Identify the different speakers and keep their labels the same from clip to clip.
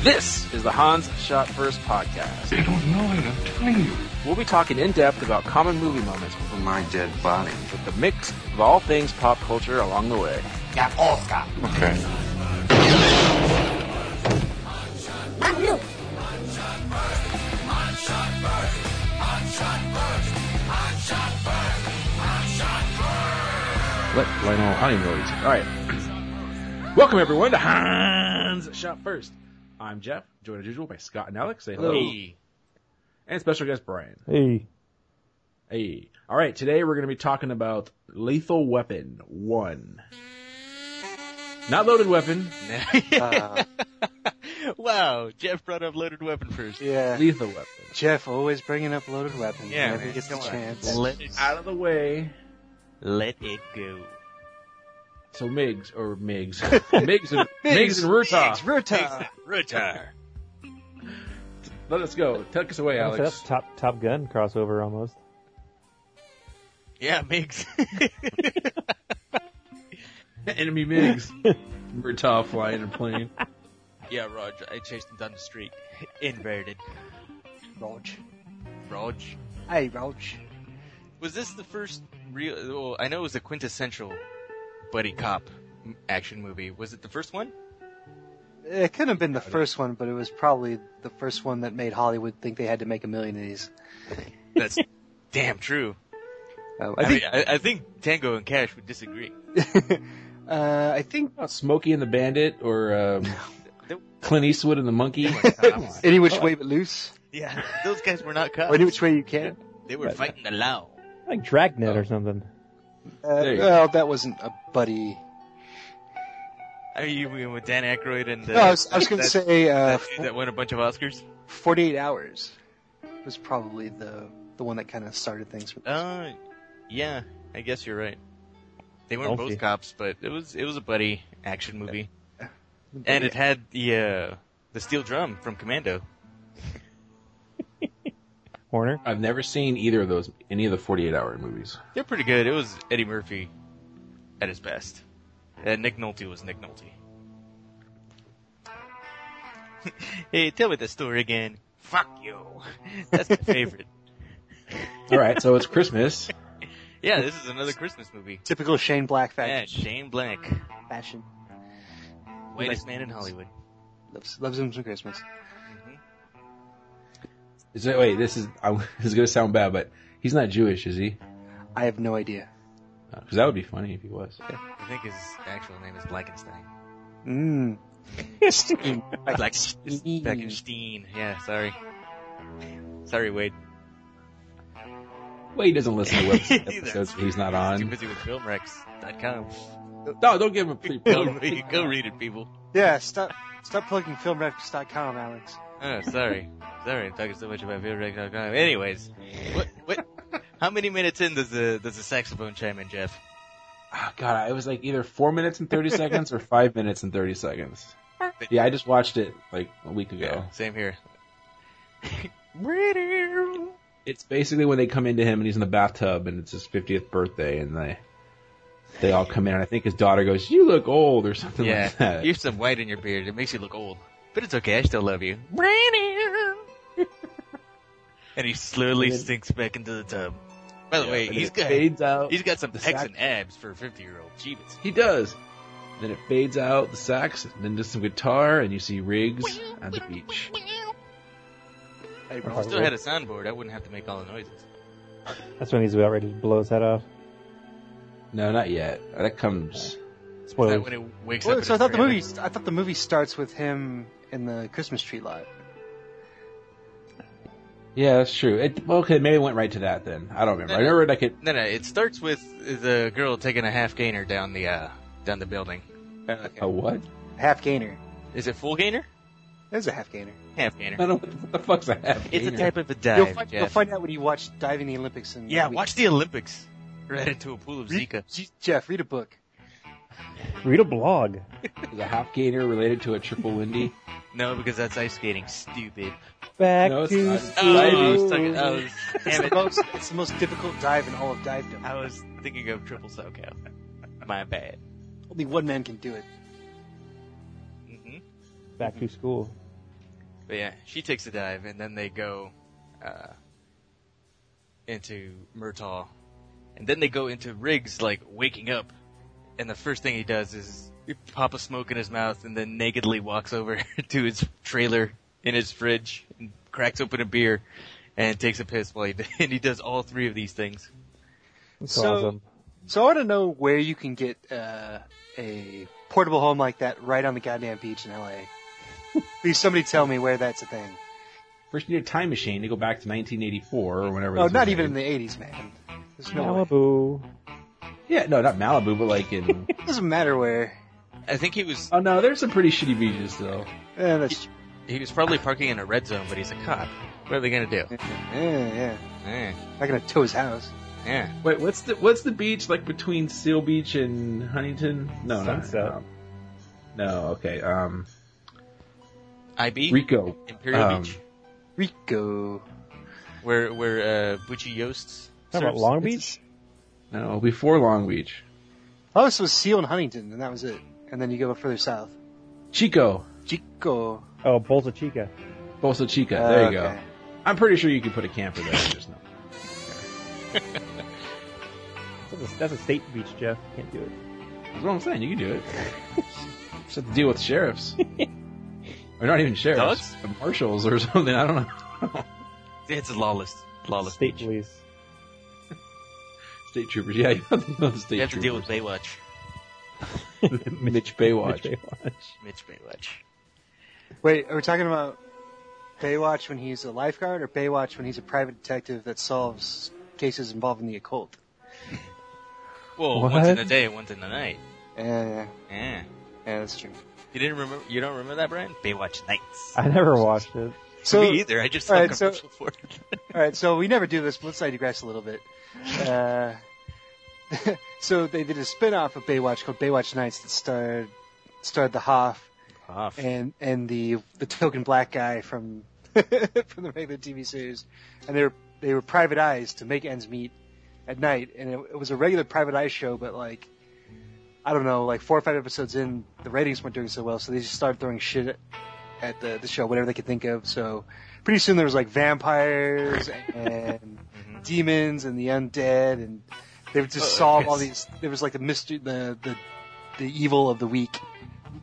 Speaker 1: This is the Hans Shot First podcast.
Speaker 2: They don't know it, I'm telling you.
Speaker 1: We'll be talking in depth about common movie moments
Speaker 3: for my dead body.
Speaker 1: with the mix of all things pop culture along the way.
Speaker 4: Yeah, Oscar.
Speaker 2: Okay.
Speaker 1: Let Lionel, I don't even know what he's. All right. Welcome everyone to Hans Shot First. I'm Jeff, joined as usual by Scott and Alex. Say hello. And special guest Brian.
Speaker 5: Hey.
Speaker 1: Hey. All right, today we're going to be talking about Lethal Weapon 1. Not Loaded Weapon,
Speaker 3: Uh,
Speaker 4: wow, Jeff brought up loaded weapon first.
Speaker 3: yeah.
Speaker 1: Lethal Weapon.
Speaker 3: Jeff always bringing up loaded weapons
Speaker 4: Yeah,
Speaker 3: whenever
Speaker 4: man,
Speaker 3: he gets a
Speaker 4: come on.
Speaker 3: chance.
Speaker 4: Let it,
Speaker 1: Out of the way,
Speaker 4: let it go.
Speaker 1: So Migs or Migs, Migs and Migs and
Speaker 3: It's
Speaker 1: Ruta.
Speaker 3: Ruta.
Speaker 4: Retire.
Speaker 1: Let us go. Take us away,
Speaker 5: So that's
Speaker 1: Alex.
Speaker 5: top Top Gun crossover almost.
Speaker 4: Yeah, Migs.
Speaker 1: Enemy Migs. Ruta flying a plane.
Speaker 4: yeah, Roger. I chased him down the street. Inverted.
Speaker 3: Rog.
Speaker 4: Roger.
Speaker 3: Hey, Rog.
Speaker 4: Was this the first real? Well, I know it was a quintessential buddy cop m- action movie. Was it the first one?
Speaker 3: It couldn't have been the first one, but it was probably the first one that made Hollywood think they had to make a million of these.
Speaker 4: That's damn true.
Speaker 3: Uh,
Speaker 1: Oh,
Speaker 4: I,
Speaker 3: I think,
Speaker 4: mean, I, I think Tango and Cash would disagree.
Speaker 3: uh, I think
Speaker 1: Not Smokey and the Bandit or um, Clint Eastwood and the Monkey. Come on.
Speaker 3: any which way but loose,
Speaker 4: Yeah, those guys were not
Speaker 3: or
Speaker 4: cops.
Speaker 3: any which way you can.
Speaker 4: They were fighting the law.
Speaker 5: Like Dragnet
Speaker 1: Oh.
Speaker 5: or something.
Speaker 3: Uh,
Speaker 1: There you go.
Speaker 3: well, that wasn't a buddy.
Speaker 4: I mean, you mean with Dan Aykroyd and the,
Speaker 3: No, I was, I was going to
Speaker 4: that-
Speaker 3: say uh,
Speaker 4: that, dude that won a bunch of Oscars.
Speaker 3: 48 Hours was probably the the one that kind of started things for
Speaker 4: Uh, yeah, I guess you're right. They weren't
Speaker 5: Monkey.
Speaker 4: both cops, but it was it was a buddy action movie, and it had the uh, the steel drum from Commando.
Speaker 5: Horner.
Speaker 1: I've never seen either of those, any of the 48 hour movies.
Speaker 4: They're pretty good. It was Eddie Murphy at his best, and Nick Nolte was Nick Nolte. hey, tell me the story again. Fuck you. That's my favorite.
Speaker 1: All right, so it's Christmas.
Speaker 4: yeah, this is another Christmas movie.
Speaker 3: Typical Shane Black
Speaker 4: Yeah,
Speaker 3: fashion.
Speaker 4: Shane Black,
Speaker 3: fashion.
Speaker 4: whitest man in Hollywood. Mm-hmm.
Speaker 3: Loves, loves him some Christmas.
Speaker 1: Is it, wait, this is I'm, this is going to sound bad, but he's not Jewish, is he?
Speaker 3: I have no idea.
Speaker 1: Because that would be funny if he was.
Speaker 4: I think his actual name is Blackenstein.
Speaker 3: Mm.
Speaker 4: Blackenstein. Blackenstein. Yeah, sorry. Sorry, Wade.
Speaker 1: Well, he doesn't listen to web
Speaker 4: That's-
Speaker 1: episodes he's not
Speaker 4: Too
Speaker 1: on.
Speaker 4: busy with filmrex.com.
Speaker 1: No, don't give him a pre
Speaker 4: Go, read, go read it, people.
Speaker 3: Yeah, stop stop plugging filmrex.com, Alex.
Speaker 4: Oh, sorry. Sorry, I'm talking so much about filmrex.com. Anyways, what, what, how many minutes in does the, does the saxophone chime in, Jeff?
Speaker 1: Ah, God, it was like either four minutes and thirty seconds or five minutes and thirty seconds. Yeah, I just watched it like a week ago.
Speaker 4: Same here.
Speaker 1: It's basically when they come into him and he's in the bathtub and it's his fiftieth birthday and they they all come in and I think his daughter goes, "You look old" or something
Speaker 4: yeah,
Speaker 1: like that.
Speaker 4: you have some white in your beard. It makes you look old. But it's okay, I still love you. and he slowly
Speaker 1: And then-
Speaker 4: sinks back into the tub. By the way,
Speaker 1: And
Speaker 4: he's
Speaker 1: it
Speaker 4: got,
Speaker 1: fades out.
Speaker 4: he's got some
Speaker 1: The
Speaker 4: pecs
Speaker 1: sax-
Speaker 4: and abs for a 50 year old. Jeebus.
Speaker 1: He does. Then it fades out the sax, and then just some guitar, and you see Riggs at the beach.
Speaker 3: Hey,
Speaker 4: If I
Speaker 3: bro.
Speaker 4: still had a soundboard, I wouldn't have to make all the noises.
Speaker 5: That's when he's about ready to blow his head off.
Speaker 1: No, not yet. That comes.
Speaker 4: Is
Speaker 5: Spoilers.
Speaker 4: that when it wakes
Speaker 3: Well,
Speaker 4: up?
Speaker 3: so I
Speaker 4: in
Speaker 3: thought the
Speaker 4: his
Speaker 3: movie I thought the movie starts with him in the Christmas tree lot.
Speaker 1: Yeah, that's true. It, well, okay, maybe it went right to that then. I don't remember. I remember like it
Speaker 4: No, no, it starts with the girl taking a half gainer down the, uh, down the building.
Speaker 1: A what?
Speaker 3: Half gainer.
Speaker 4: Is it full gainer?
Speaker 3: There's a half gainer.
Speaker 4: Half gainer.
Speaker 1: I don't. What the fuck's a half?
Speaker 4: It's a
Speaker 1: gainer?
Speaker 4: type of a
Speaker 3: You'll
Speaker 4: dive,
Speaker 3: find, you'll
Speaker 4: Jeff.
Speaker 3: find out when you watch diving the Olympics. And
Speaker 4: yeah, watch the Olympics. Right into a pool of
Speaker 3: Read,
Speaker 4: Zika.
Speaker 3: G- Jeff, read a book.
Speaker 5: Read a blog.
Speaker 1: Is a half gainer related to a triple windy?
Speaker 4: No, because that's ice skating. Stupid.
Speaker 5: Back
Speaker 1: No, it's
Speaker 5: to
Speaker 1: not.
Speaker 4: Oh, I
Speaker 5: school.
Speaker 4: was talking, I was,
Speaker 3: It's
Speaker 4: damn
Speaker 3: the,
Speaker 4: it.
Speaker 3: most, it's the most difficult dive in all of divedom.
Speaker 4: I was thinking of triple SoCal. My bad.
Speaker 3: Only one man can do it.
Speaker 4: hmm
Speaker 5: Back to school.
Speaker 4: But yeah, she takes a dive, and then they go uh, into Murtaugh, and then they go into Riggs like waking up, and the first thing he does is he pop a smoke in his mouth, and then nakedly walks over to his trailer in his fridge, and cracks open a beer, and takes a piss while he and he does all three of these things.
Speaker 5: That's
Speaker 3: So-
Speaker 5: awesome.
Speaker 3: So I want to know where you can get uh, a portable home like that right on the goddamn beach in LA. Please, somebody tell me where that's a thing.
Speaker 1: First, you need a time machine to go back to 1984 or whenever.
Speaker 3: Oh,
Speaker 1: this
Speaker 3: not
Speaker 1: was
Speaker 3: even in
Speaker 1: made.
Speaker 3: the '80s, man. There's no. way.
Speaker 5: Malibu.
Speaker 1: Yeah, no, not Malibu, but like in.
Speaker 3: It doesn't matter where.
Speaker 4: I think he was
Speaker 1: oh no, there's some pretty shitty beaches though.
Speaker 3: Eh, that's
Speaker 4: he was probably parking in a red zone, but he's a cop. What are they gonna do?
Speaker 3: yeah, yeah.
Speaker 4: Eh,
Speaker 3: Not gonna tow his house.
Speaker 4: yeah.
Speaker 1: Wait, what's the what's the beach like between Seal Beach and Huntington? No, not-
Speaker 5: Sunset.
Speaker 1: um, no, okay. Um,
Speaker 4: IB
Speaker 1: Rico.
Speaker 4: Imperial
Speaker 1: um,
Speaker 4: Beach,
Speaker 3: Rico.
Speaker 4: where where uh, Bucci Yost.
Speaker 5: How about
Speaker 4: serves.
Speaker 5: Long Beach?
Speaker 1: No, before Long Beach.
Speaker 3: Oh, so Seal and Huntington, and that was it. And then you go further south.
Speaker 1: Chico,
Speaker 3: Chico.
Speaker 5: Oh, Bolsa Chica.
Speaker 1: Bolsa Chica.
Speaker 3: Uh,
Speaker 1: there you go.
Speaker 3: okay.
Speaker 1: I'm pretty sure you can put a camper there. There's no.
Speaker 5: That's a, that's a state beach, Jeff. Can't do it.
Speaker 1: That's what I'm saying. You can do it. Just have to deal with sheriffs. or not even sheriffs. Marshals or something. I don't know.
Speaker 4: It's lawless, lawless
Speaker 5: state
Speaker 4: beach.
Speaker 5: police.
Speaker 1: state troopers. Yeah, you have to deal with state
Speaker 4: You have to
Speaker 1: troopers.
Speaker 4: deal with Baywatch,
Speaker 1: Mitch Baywatch.
Speaker 5: Mitch Baywatch.
Speaker 4: Mitch Baywatch.
Speaker 3: Wait, are we talking about Baywatch when he's a lifeguard, or Baywatch when he's a private detective that solves cases involving the occult?
Speaker 4: Well, once in
Speaker 5: What?
Speaker 4: a day, once in a night.
Speaker 3: Yeah, yeah,
Speaker 4: Yeah.
Speaker 3: Eh, yeah, that's true.
Speaker 4: You didn't remember? You don't remember that, Brian? Baywatch Nights.
Speaker 5: I never watched it.
Speaker 3: So,
Speaker 4: Me either. I just saw
Speaker 3: all
Speaker 4: a
Speaker 3: right, so-
Speaker 4: commercial for it.
Speaker 3: all right, so we never do this. But let's digress a little bit. Uh, so they did a spin-off of Baywatch called Baywatch Nights that starred starred the Hoff and and the the token black guy from from the regular TV series, and they were they were private eyes to make ends meet at night, and it, it was a regular private eye show, but like I don't know, like four or five episodes in, the ratings weren't doing so well, so they just started throwing shit at the the show, whatever they could think of. So pretty soon there was like vampires and
Speaker 1: Mm-hmm.
Speaker 3: demons and the undead, and they would just
Speaker 4: Oh,
Speaker 3: solve all
Speaker 4: yes.
Speaker 3: these. There was like the mystery, the the the evil of the week.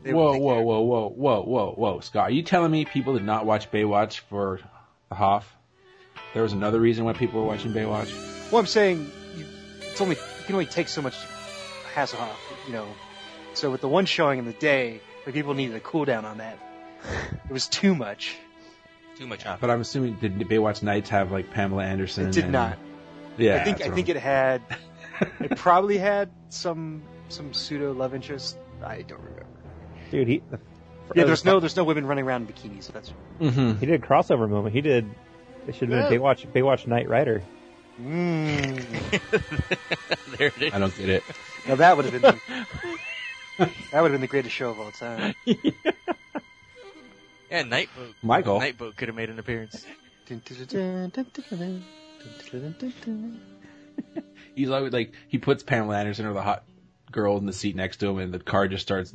Speaker 3: They would
Speaker 1: Whoa,
Speaker 3: think-
Speaker 1: whoa, whoa, whoa, whoa, whoa, whoa, Scott! Are you telling me people did not watch Baywatch for the Hoff? There was another reason why people were watching Baywatch.
Speaker 3: Well, I'm saying you, it's only you can only take so much Hasselhoff, you know. So with the one showing in the day, the people needed a cool down on that. It was too much.
Speaker 4: Too much hop.
Speaker 1: But I'm assuming did Baywatch Nights have like Pamela Anderson?
Speaker 3: It did
Speaker 1: and-
Speaker 3: not.
Speaker 1: Yeah,
Speaker 3: I think
Speaker 1: that's
Speaker 3: I
Speaker 1: what
Speaker 3: think
Speaker 1: I'm-
Speaker 3: it had. It probably had some some pseudo love interest. I don't remember.
Speaker 5: Dude, he.
Speaker 3: Yeah, there's no there's no women running around in bikinis. That's
Speaker 1: Mhm.
Speaker 5: He did a crossover moment. He did. It should have been a Baywatch, Baywatch Night Rider.
Speaker 3: mm,
Speaker 4: there it is.
Speaker 1: I don't get it.
Speaker 3: now that would have been that would have been the greatest show of all time.
Speaker 4: Yeah, Nightboat.
Speaker 1: Michael.
Speaker 4: Nightboat could have made an appearance.
Speaker 3: Dun, dun, dun, dun, dun, dun, dun, dun, dun, dun, dun.
Speaker 1: He's always like he puts Pamela Anderson or the hot girl in the seat next to him, and the car just starts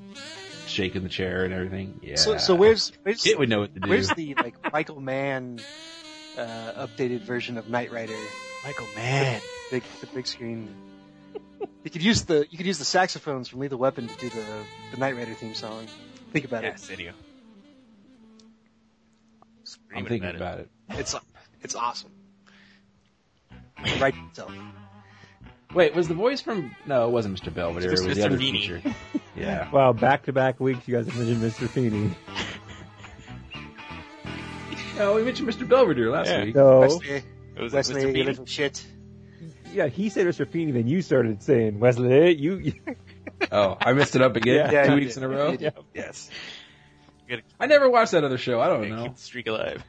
Speaker 1: shaking the chair and everything. Yeah.
Speaker 3: So so where's where's
Speaker 1: it would know what to do.
Speaker 3: Where's the like Michael Mann uh, updated version of Knight Rider?
Speaker 4: Michael Mann.
Speaker 3: Big the big screen. You could use the you could use the saxophones from Lethal Weapon to do the the Knight Rider theme song. Think about
Speaker 4: Yeah,
Speaker 3: it.
Speaker 4: Sidio.
Speaker 1: I'm
Speaker 4: Screaming
Speaker 1: thinking about it.
Speaker 3: It's it's awesome. Right itself.
Speaker 1: Wait, was the voice from? No, it wasn't Mr. Belvedere. It
Speaker 4: It's
Speaker 1: was
Speaker 4: Mr.
Speaker 1: the other
Speaker 4: Feeney.
Speaker 1: teacher. Yeah.
Speaker 5: Wow, back to back weeks, you guys have mentioned Mr. Feeney.
Speaker 1: Oh, we mentioned Mr. Belvedere last
Speaker 4: Yeah.
Speaker 1: week.
Speaker 5: No.
Speaker 3: Wesley,
Speaker 4: It was
Speaker 3: Wesley,
Speaker 4: Mr.
Speaker 3: you
Speaker 4: Bean.
Speaker 3: little shit.
Speaker 5: Yeah, he said Mr. Feeney, then you started saying, Wesley, you. you-
Speaker 1: Oh, I missed it up again
Speaker 3: Yeah,
Speaker 1: two
Speaker 3: you
Speaker 1: weeks
Speaker 3: did.
Speaker 1: in a row.
Speaker 3: You did.
Speaker 1: Yes.
Speaker 4: Good.
Speaker 1: I never watched that other show. I don't know.
Speaker 4: Keep the streak alive.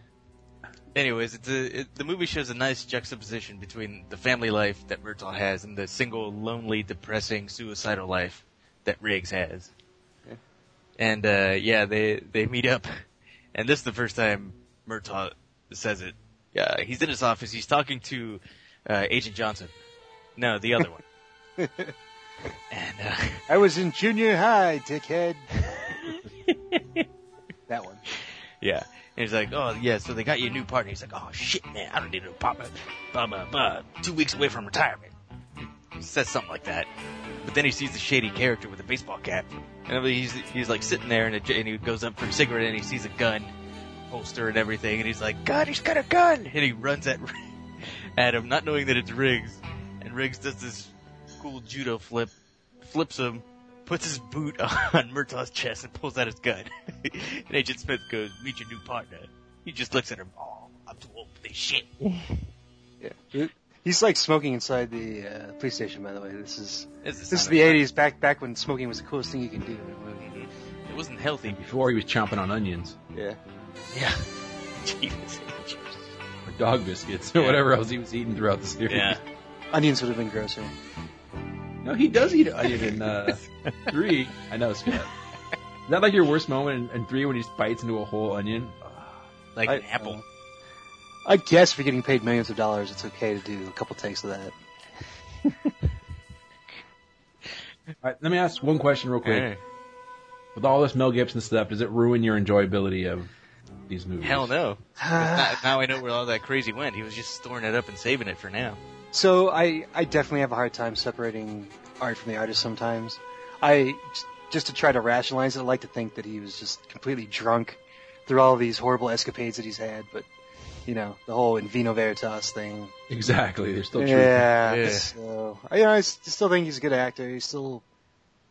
Speaker 4: Anyways, it's a, it, the movie shows a nice juxtaposition between the family life that Murtaugh has and the single, lonely, depressing, suicidal life that Riggs has. And uh, yeah, they they meet up, and this is the first time Murtaugh says it. Yeah, he's in his office. He's talking to uh, Agent Johnson. No, the other one. and uh,
Speaker 3: I was in junior high, dickhead. that one.
Speaker 4: yeah, And he's like, oh, yeah, so they got you a new partner. He's like, oh, shit, man, I don't need a partner. Blah, blah, blah. Two weeks away from retirement. He says something like that. But then he sees the shady character with a baseball cap. And I mean, he's, he's like sitting there and, it, and he goes up for a cigarette and he sees a gun holster and everything. And he's like, God, he's got a gun! And he runs at, at him, not knowing that it's Riggs. And Riggs does this cool judo flip, flips him, puts his boot on Murtaugh's chest and pulls out his gun. and Agent Smith goes, meet your new partner. He just looks at him, oh, I'm too old for this shit.
Speaker 3: Yeah. He's like smoking inside the uh, police station. By the way, this is
Speaker 4: This is,
Speaker 3: this is the '80s. Back back when smoking was the coolest thing you could do.
Speaker 4: It wasn't healthy.
Speaker 1: Before he was chomping on onions
Speaker 3: Yeah.
Speaker 4: Yeah. Jesus.
Speaker 1: or dog biscuits or
Speaker 4: Yeah.
Speaker 1: whatever else he was eating throughout the series.
Speaker 4: Yeah.
Speaker 3: Onions would have been grosser.
Speaker 1: No, he does eat onion in uh, three. I know, Scott. Is that like your worst moment in, in three when he just bites into a whole onion?
Speaker 4: Like
Speaker 3: I-
Speaker 4: an apple.
Speaker 3: I guess for getting paid millions of dollars, it's okay to do a couple takes of that.
Speaker 1: All right, let me ask one question real quick. With all this Mel Gibson stuff, does it ruin your enjoyability of these movies?
Speaker 4: Hell no. 'Cause now- now I know where all that crazy went. He was just storing it up and saving it for now.
Speaker 3: So I, I definitely have a hard time separating art from the artist sometimes. I just to try to rationalize it, I like to think that he was just completely drunk through all these horrible escapades that he's had. But you know, the whole in vino veritas thing.
Speaker 1: Exactly. They're still true.
Speaker 3: yeah.
Speaker 4: Yeah.
Speaker 3: So I- you know, I s- still think he's a good actor. He's still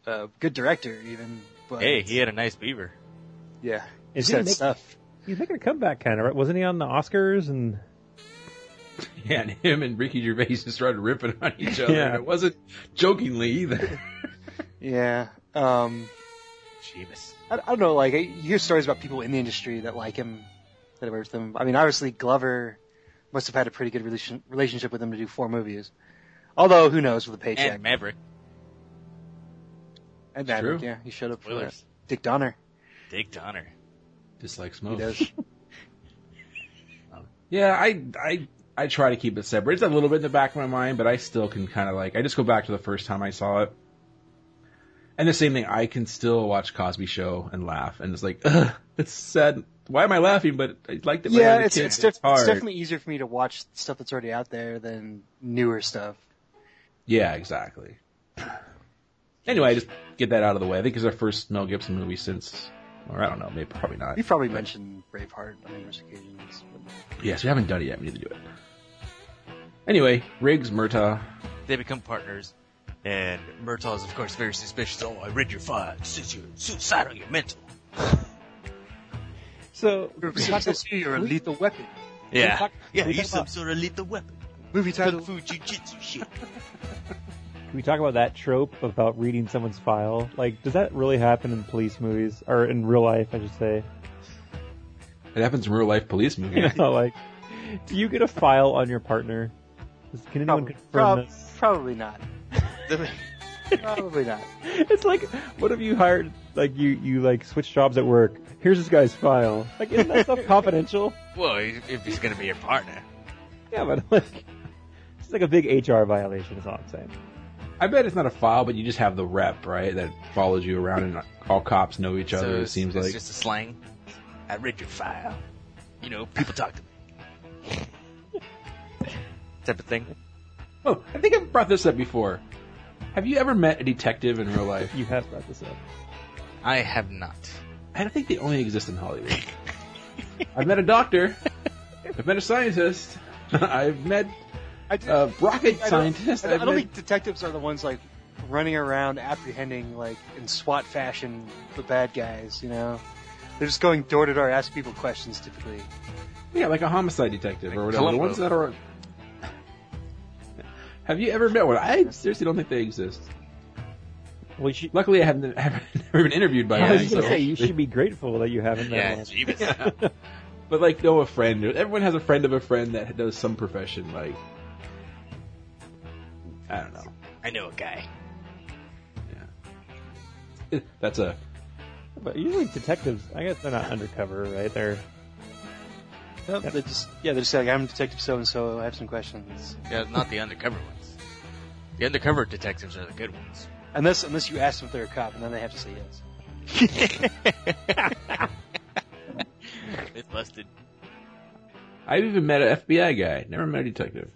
Speaker 3: a good director, even. But
Speaker 4: Hey, he had a nice beaver.
Speaker 3: yeah,
Speaker 5: Is
Speaker 3: just
Speaker 5: he
Speaker 3: that
Speaker 5: make-
Speaker 3: stuff.
Speaker 5: He's making a comeback, kind of, right? Wasn't he on the Oscars? And
Speaker 1: Yeah, and him and Ricky Gervais just started ripping on each other.
Speaker 5: Yeah.
Speaker 1: And it wasn't jokingly either.
Speaker 3: Yeah. Um.
Speaker 4: Jeebus.
Speaker 3: I, I don't know, like, I- you hear stories about people in the industry that like him, that have worked with him. I mean, obviously Glover must have had a pretty good relation, relationship with him to do four movies. Although, who knows with the paycheck.
Speaker 4: And Maverick.
Speaker 3: And that,
Speaker 1: True.
Speaker 3: yeah, he showed up for that.
Speaker 4: Spoilers.
Speaker 3: Dick Donner.
Speaker 4: Dick Donner.
Speaker 1: Just like
Speaker 3: He
Speaker 1: smoke.
Speaker 3: does.
Speaker 1: Yeah, I, I, I try to keep it separate. It's a little bit in the back of my mind, but I still can kind of like, I just go back to the first time I saw it. And the same thing, I can still watch Cosby Show and laugh. And it's like, ugh, it's sad. Why am I laughing? But I liked it. when I
Speaker 3: yeah,
Speaker 1: was a
Speaker 3: it's,
Speaker 1: kid.
Speaker 3: it's, def-
Speaker 1: hard.
Speaker 3: it's definitely easier for me to watch stuff that's already out there than newer stuff.
Speaker 1: Yeah, exactly. Anyway, I just get that out of the way. I think it's our first Mel Gibson movie since, or I don't know, maybe probably not.
Speaker 3: You probably mentioned Braveheart on numerous occasions. But...
Speaker 1: Yes, we haven't done it yet. We need to do it. Anyway, Riggs, Murtaugh.
Speaker 4: They become partners. And Murtaugh is, of course, very suspicious. Oh, I read your file. It says you're suicidal. You're mental.
Speaker 5: so
Speaker 3: You're a lethal weapon.
Speaker 4: Yeah. Yeah,
Speaker 5: we talk
Speaker 4: he's some
Speaker 5: about-
Speaker 4: sort of lethal weapon.
Speaker 3: Movie
Speaker 4: Kung
Speaker 3: title.
Speaker 4: Fu Jiu-Jitsu shit.
Speaker 5: Can we talk about that trope about reading someone's file? Like, does that really happen in police movies or in real life? I should say.
Speaker 1: It happens in real life police
Speaker 5: You
Speaker 1: movies.
Speaker 5: know, like, do you get a file on your partner? Does- Can
Speaker 3: Probably,
Speaker 5: anyone confirm
Speaker 3: prob-
Speaker 5: this?
Speaker 3: probably not.
Speaker 4: The-
Speaker 3: Probably not.
Speaker 5: It's like, what if you hired, like, you you like switch jobs at work? Here's this guy's file. Like, isn't that stuff confidential?
Speaker 4: well, if he's gonna be your partner.
Speaker 5: Yeah, but like, it's like a big HR violation. Is all I'm saying.
Speaker 1: I bet it's not a file, but you just have the rep, right? That follows you around, and all cops know each other. it
Speaker 4: it's-
Speaker 1: seems
Speaker 4: it's
Speaker 1: like
Speaker 4: just a slang. I read your file. You know, people talk to me. Type of thing.
Speaker 1: Oh, I think I've brought this up before. Have you ever met a detective in real life?
Speaker 5: You have brought this up.
Speaker 4: I have not.
Speaker 1: I don't think they only exist in Hollywood. I've met a doctor. I've met a scientist. I've met
Speaker 3: I did,
Speaker 1: a rocket
Speaker 3: I don't-
Speaker 1: scientist.
Speaker 3: I don't, I
Speaker 1: I've
Speaker 3: don't
Speaker 1: met-
Speaker 3: think detectives are the ones like running around apprehending like in SWAT fashion the bad guys. You know, they're just going door to door, asking people questions. Typically,
Speaker 1: Yeah, like a homicide detective or whatever. The
Speaker 4: Columbo.
Speaker 1: ones that are. Have you ever met one? I seriously don't think they exist.
Speaker 5: Well, you should.
Speaker 1: Luckily, I haven't, I haven't never been interviewed by
Speaker 5: I
Speaker 1: one.
Speaker 5: was
Speaker 1: So.
Speaker 5: gonna say you should be grateful that you haven't.
Speaker 4: Yeah,
Speaker 5: met one.
Speaker 4: Jeebus.
Speaker 1: But like, know a friend. Everyone has a friend of a friend that does some profession. Like, I don't know.
Speaker 4: I know a guy.
Speaker 1: Eh, That's a
Speaker 5: But usually detectives, I guess they're not undercover, right? They're
Speaker 3: no, they just yeah, they're just like I'm Detective So and So. I have some questions.
Speaker 4: Yeah, not the undercover ones. The undercover detectives are the good ones.
Speaker 3: Unless unless you ask them if they're a cop, and then they have to say yes.
Speaker 4: they It busted.
Speaker 1: I've even met an FBI guy. Never met a detective.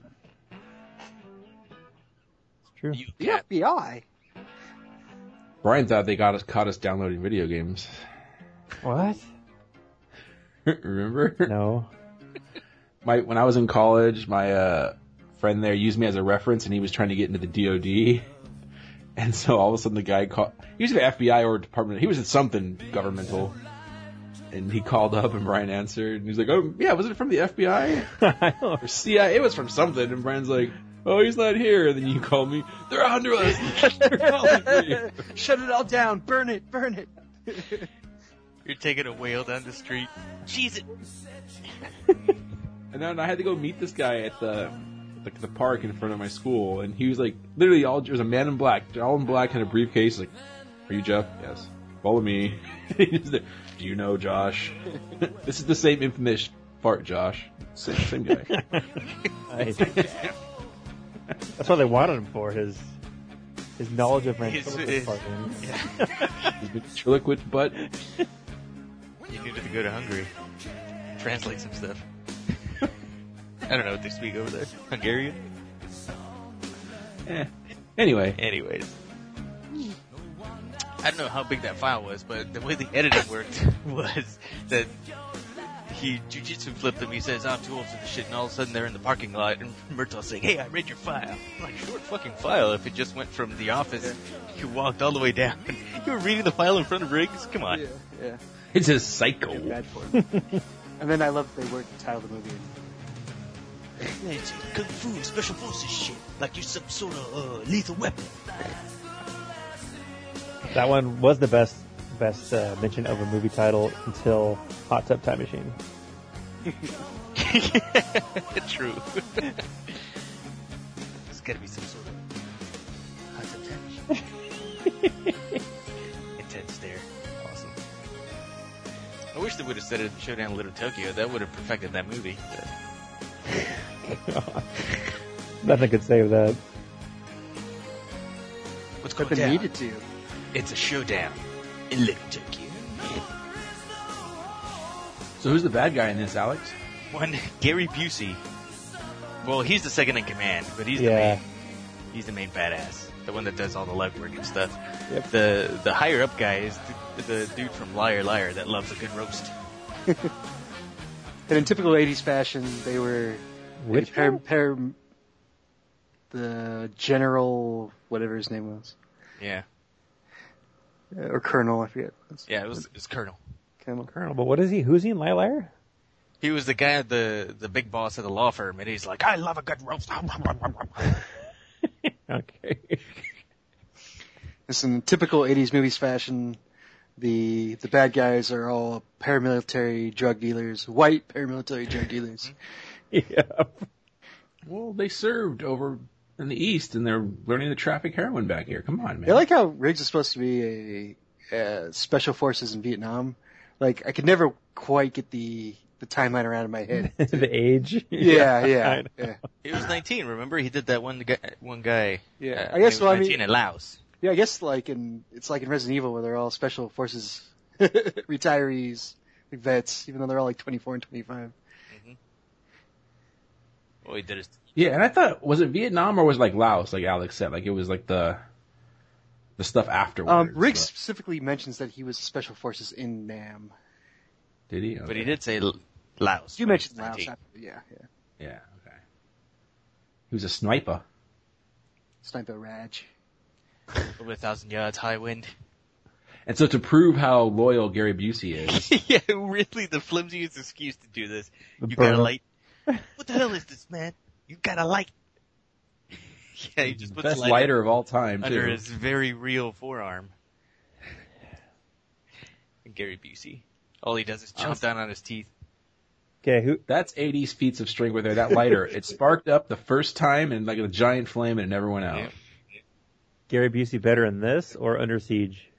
Speaker 5: It's true.
Speaker 4: You
Speaker 3: The FBI.
Speaker 1: Brian thought they got us caught us downloading video games.
Speaker 5: What?
Speaker 1: Remember?
Speaker 5: No.
Speaker 1: my when I was in college, my uh, friend there used me as a reference, and he was trying to get into the DoD. And so all of a sudden, the guy called. He was the FBI or department. He was at something governmental, and he called up, and Brian answered, and he's like, "Oh yeah, was it from the FBI
Speaker 5: I don't-
Speaker 1: or CIA? It was from something." And Brian's like, "Oh, he's not here." And then you call me. They're under us. They're calling me.
Speaker 3: Oh, Shut it all down. Burn it. Burn it.
Speaker 4: You're taking a whale down the street. Jeez, it.
Speaker 1: And then I had to go meet this guy at the like the park in front of my school, and he was like literally all there was a man in black, all in black, had a briefcase. Like, are you Jeff? Yes. Follow me. He was there, Do you know Josh? this is the same infamous fart, Josh. Same, same guy.
Speaker 5: Nice. That's what they wanted him for his his knowledge of
Speaker 4: His- his-
Speaker 5: ventriloquist fucking.
Speaker 1: He's been ventriloquist butt.
Speaker 4: You needed to go to Hungary. Translate some stuff. I don't know what they speak over there. Hungarian?
Speaker 1: Eh. Anyway,
Speaker 4: Anyways. I don't know how big that file was, but the way the editing worked was that he jujitsu flipped them. He says, I'm too old for this shit, and all of a sudden they're in the parking lot, and Murtaugh's saying, Hey, I read your file. I'm like, short fucking file. If it just went from the office, you walked all the way down. You were reading the file in front of Riggs? Come on.
Speaker 3: Yeah. Yeah.
Speaker 1: it's a psycho.
Speaker 3: Bad for him. and then I love that they worked the title of the movie.
Speaker 4: It's kung fu, special forces shit. Like you're some sort of uh, lethal weapon.
Speaker 5: That one was the best best uh, mention of a movie title until Hot Tub Time Machine.
Speaker 4: True. There's gotta be some sort of hot tub time machine. Intense there. Awesome. I wish they would have said it in Showdown in Little Tokyo. That would have perfected that movie.
Speaker 5: Nothing could save that.
Speaker 4: What's going
Speaker 3: But they
Speaker 4: down?
Speaker 3: needed to.
Speaker 4: It's a showdown in Little Tokyo.
Speaker 1: So who's the bad guy in this, Alex?
Speaker 4: One, Gary Busey. Well, he's the second in command, but he's the
Speaker 5: yeah.
Speaker 4: main He's the main badass, the one that does all the leg work and stuff.
Speaker 5: Yep.
Speaker 4: The the higher up guy is the, the dude from Liar Liar that loves a good roast.
Speaker 3: And in typical 80s fashion, they were
Speaker 5: Which
Speaker 3: Par- par- the general, whatever his name was,
Speaker 4: Yeah,
Speaker 3: Uh, or colonel, I forget. It was
Speaker 4: yeah, it was, it was Colonel.
Speaker 3: Colonel.
Speaker 5: Colonel, but what is he? Who's he in Liar Liar?
Speaker 4: He was the guy, the the big boss of the law firm, and he's like, I love a good roast.
Speaker 5: Okay.
Speaker 3: It's in typical 80s movies fashion. The the bad guys are all paramilitary drug dealers, white paramilitary drug dealers.
Speaker 5: yeah.
Speaker 1: Well, they served over in the East, and they're learning to traffic heroin back here. Come
Speaker 5: Mm-hmm.
Speaker 1: on, man.
Speaker 3: I like how Riggs is supposed to be a, uh special forces in Vietnam. Like I could never quite get the the timeline around in my head.
Speaker 5: the age.
Speaker 3: Yeah,
Speaker 5: I
Speaker 3: yeah,
Speaker 5: know.
Speaker 3: yeah.
Speaker 4: He was 19. Remember, he did that one guy, one guy.
Speaker 3: Yeah, I
Speaker 4: when
Speaker 3: guess
Speaker 4: he was
Speaker 3: what I mean-
Speaker 4: 19 in Laos.
Speaker 3: Yeah, I guess like in it's like in Resident Evil where they're all special forces retirees, like vets, even though they're all like twenty four and twenty five.
Speaker 4: Oh, he did his
Speaker 1: Yeah, and I thought was it Vietnam or was it like Laos, like Alex said, like it was like the the stuff afterwards.
Speaker 3: Um, Riggs
Speaker 1: but-
Speaker 3: specifically mentions that he was special forces in Nam.
Speaker 1: did he?
Speaker 4: but he
Speaker 1: Okay.
Speaker 4: did say L- Laos.
Speaker 3: You
Speaker 4: when he
Speaker 3: mentioned Laos,
Speaker 4: was 19.
Speaker 3: yeah, yeah.
Speaker 1: Yeah. Okay. He was a sniper.
Speaker 3: Sniper Raj.
Speaker 4: Over a thousand yards, high wind.
Speaker 1: And so to prove how loyal Gary Busey is,
Speaker 4: yeah, really, the flimsiest excuse to do this.
Speaker 5: The
Speaker 4: you got a
Speaker 5: burner.
Speaker 4: light. What the hell is this, man? You got a light. yeah, he just puts
Speaker 1: best
Speaker 4: a lighter,
Speaker 1: lighter of all time. Too.
Speaker 4: under his very real forearm. And Gary Busey. All he does is jump down on his teeth.
Speaker 5: Okay. Who?
Speaker 1: That's 80s feats of strength right there. That lighter, it sparked up the first time and like a giant flame, and it never went out.
Speaker 4: Yeah.
Speaker 5: Gary Busey better in this or Under Siege?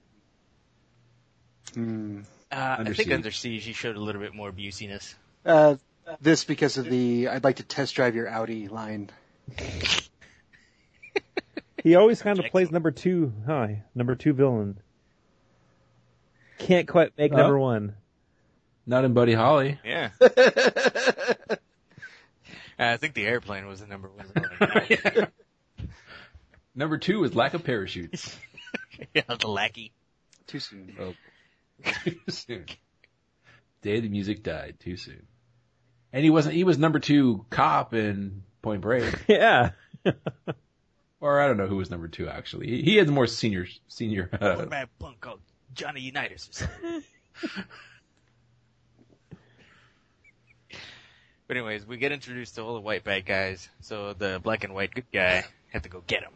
Speaker 3: Hmm.
Speaker 4: Uh, I
Speaker 1: Under
Speaker 4: think
Speaker 1: Siege.
Speaker 4: under siege he showed a little bit more Buseyness.
Speaker 3: Uh, this because of the I'd like to test drive your Audi line.
Speaker 5: He always kind of plays number two, huh? Number two villain. Can't quite make
Speaker 1: Huh?
Speaker 5: number one.
Speaker 1: Not in Buddy Holly.
Speaker 4: Yeah. Uh, I think the airplane was the number one.
Speaker 1: Number two is lack of parachutes.
Speaker 4: yeah, the lackey.
Speaker 3: Too soon.
Speaker 1: Oh, too soon. Day the music died too soon. And he wasn't. He was number two cop in Point Break,
Speaker 5: Yeah.
Speaker 1: or I don't know who was number two actually. He, he had the more senior senior.
Speaker 4: What
Speaker 1: Uh,
Speaker 4: about a punk called Johnny Unitas or something? but anyways, we get introduced to all the white bad guys, so the black and white good guy have to go get him.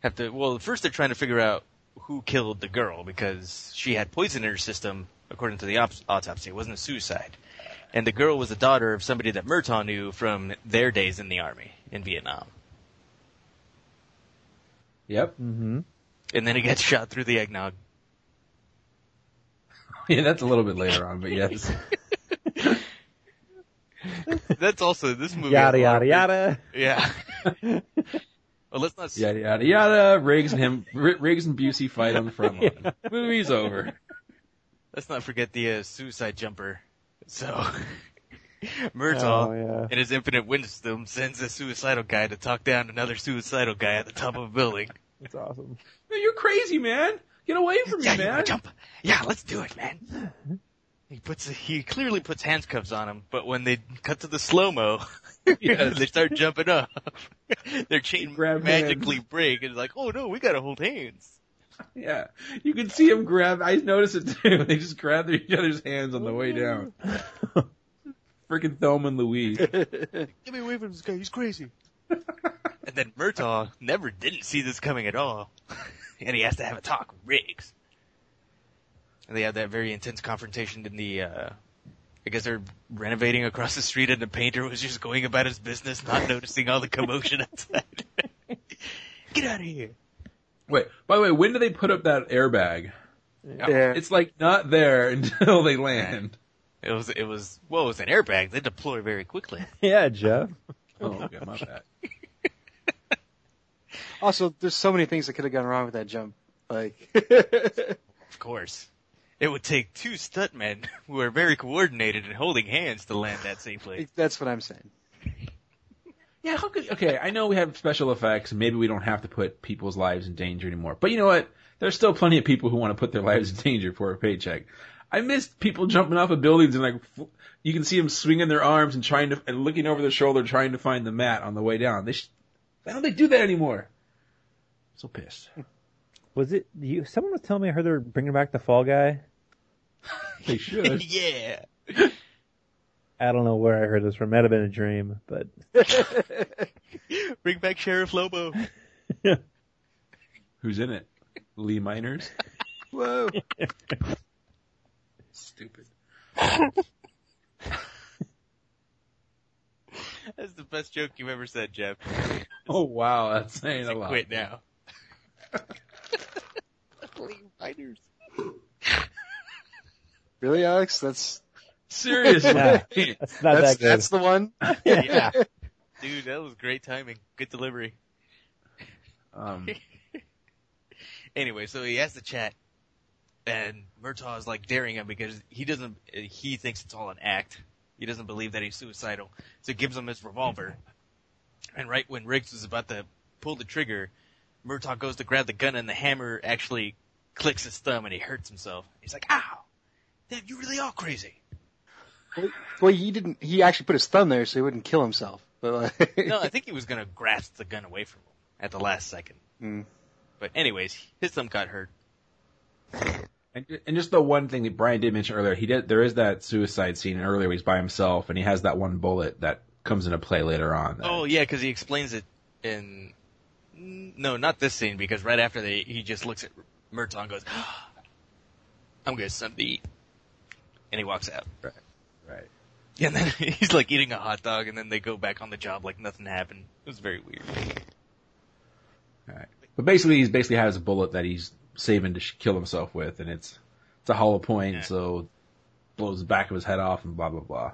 Speaker 4: Have to, well, first they're trying to figure out who killed the girl because she had poison in her system, according to the op- autopsy. It wasn't a suicide. And the girl was the daughter of somebody that Murtaugh knew from their days in the army in Vietnam.
Speaker 1: yep.
Speaker 5: Mm-hmm.
Speaker 4: And then he gets shot through the eggnog.
Speaker 1: Yeah, that's a little bit later on, but yes.
Speaker 4: That's also, this movie.
Speaker 5: Yada
Speaker 4: has a lot
Speaker 5: yada
Speaker 4: of-
Speaker 5: yada.
Speaker 4: Yeah. well, let's not.
Speaker 1: Yada yada yada. Riggs and him, R- Riggs and Busey fight on the front line. Movie's over.
Speaker 4: Let's not forget the uh, suicide jumper. So,
Speaker 5: Oh,
Speaker 4: Murtaugh,
Speaker 5: yeah.
Speaker 4: in his infinite wisdom, sends a suicidal guy to talk down another suicidal guy at the top of a building.
Speaker 5: That's awesome.
Speaker 1: Man, You're crazy, man. Get away from
Speaker 4: yeah,
Speaker 1: me,
Speaker 4: you wanna
Speaker 1: man.
Speaker 4: jump? Yeah, let's do it, man. He puts he clearly puts handcuffs on him, but when they cut to the slow mo,
Speaker 1: Yes.
Speaker 4: they start jumping up. Their chain
Speaker 1: Grab
Speaker 4: magically break, and it's like, oh no, we gotta hold hands.
Speaker 1: Yeah, you can see him grab. I noticed it too. They just grabbed each other's hands on the way down. Freaking Thelma and Louise.
Speaker 4: Get me away from this guy, he's crazy. and then Murtaugh never didn't see this coming at all. and he has to have a talk with Riggs. And they have that very intense confrontation in the, uh, I guess they're renovating across the street and the painter was just going about his business, not noticing all the commotion outside. Get out of here.
Speaker 1: Wait, by the way, when do they put up that airbag?
Speaker 3: Yeah.
Speaker 1: It's like not there until they land.
Speaker 4: It was, it was, well, it was an airbag. They deploy very quickly.
Speaker 5: Yeah, Jeff.
Speaker 1: Oh, okay, my bad.
Speaker 3: Also, there's so many things that could have gone wrong with that jump. Like,
Speaker 4: Of course. It would take two stuntmen who are very coordinated and holding hands to land that safely.
Speaker 3: that's what I'm saying.
Speaker 1: Yeah, how could? Okay, I know we have special effects, and maybe we don't have to put people's lives in danger anymore. But you know what? There's still plenty of people who want to put their lives in danger for a paycheck. I missed people jumping off of buildings and like f- you can see them swinging their arms and trying to and looking over their shoulder trying to find the mat on the way down. They sh- why don't they do that anymore? So pissed.
Speaker 5: Was it you? Someone was telling me I heard they're bringing back the Fall Guy.
Speaker 1: They should.
Speaker 4: yeah.
Speaker 5: I don't know where I heard this from. Might have been a dream, but
Speaker 4: Bring back Sheriff Lobo.
Speaker 1: Who's in it? Lee Miners.
Speaker 3: Whoa.
Speaker 1: Stupid.
Speaker 4: That's the best joke you've ever said, Jeff.
Speaker 1: Oh wow, that's saying a lot.
Speaker 4: Quit now. Clean fighters.
Speaker 3: Really, Alex? That's
Speaker 1: Seriously.
Speaker 5: Yeah. that's not
Speaker 3: that's
Speaker 5: that good.
Speaker 3: that's the one.
Speaker 4: Yeah. Dude, that was great timing. Good delivery.
Speaker 1: Um,
Speaker 4: Anyway, so he has the chat, and Murtaugh is like daring him because he doesn't, he thinks it's all an act. He doesn't believe that he's suicidal. So he gives him his revolver. And right when Riggs is about to pull the trigger, Murtaugh goes to grab the gun and the hammer actually clicks his thumb and he hurts himself. He's like, ow! Damn, you really are crazy.
Speaker 3: Well, he didn't. He actually put his thumb there so he wouldn't kill himself. But like,
Speaker 4: No, I think he was gonna grasp the gun away from him at the last second.
Speaker 3: Mm.
Speaker 4: But anyways, his thumb got hurt.
Speaker 1: And, and just the one thing that Brian did mention earlier, he did. There is that suicide scene earlier. Where he's by himself, and he has that one bullet that comes into play later on.
Speaker 4: Oh yeah, because he explains it in. No, not this scene because right after they, he just looks at Murtaugh and goes, "Ah, "I'm gonna sunbeat," and he walks out.
Speaker 1: right.
Speaker 4: And then he's like eating a hot dog, and then they go back on the job like nothing happened. It was very weird.
Speaker 1: Right. But basically, he's basically has a bullet that he's saving to sh- kill himself with, and it's it's a hollow point,
Speaker 4: Yeah.
Speaker 1: so blows the back of his head off, and blah blah blah.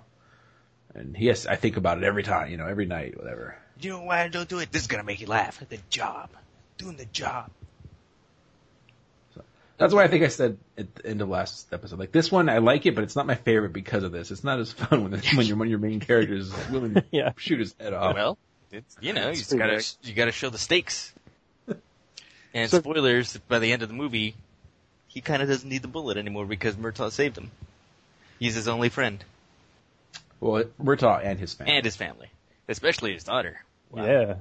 Speaker 1: And he has, I think about it every time, you know, every night, whatever.
Speaker 4: You know why I don't do it? This is gonna make you laugh. The job, doing the job.
Speaker 1: That's why I think I said at the end of last episode, like this one I like it, but it's not my favorite because of this. It's not as fun when when your one of your main characters is willing to
Speaker 5: Yeah.
Speaker 1: shoot his head off.
Speaker 4: well, it's, you know, you
Speaker 3: It's
Speaker 4: just gotta
Speaker 3: pretty
Speaker 4: you gotta show the stakes. And
Speaker 3: So-
Speaker 4: spoilers: by the end of the movie, he kind of doesn't need the bullet anymore because Murtaugh saved him. He's his only friend
Speaker 1: Well, Murtaugh and his family.
Speaker 4: and his family, especially his daughter.
Speaker 5: Yeah.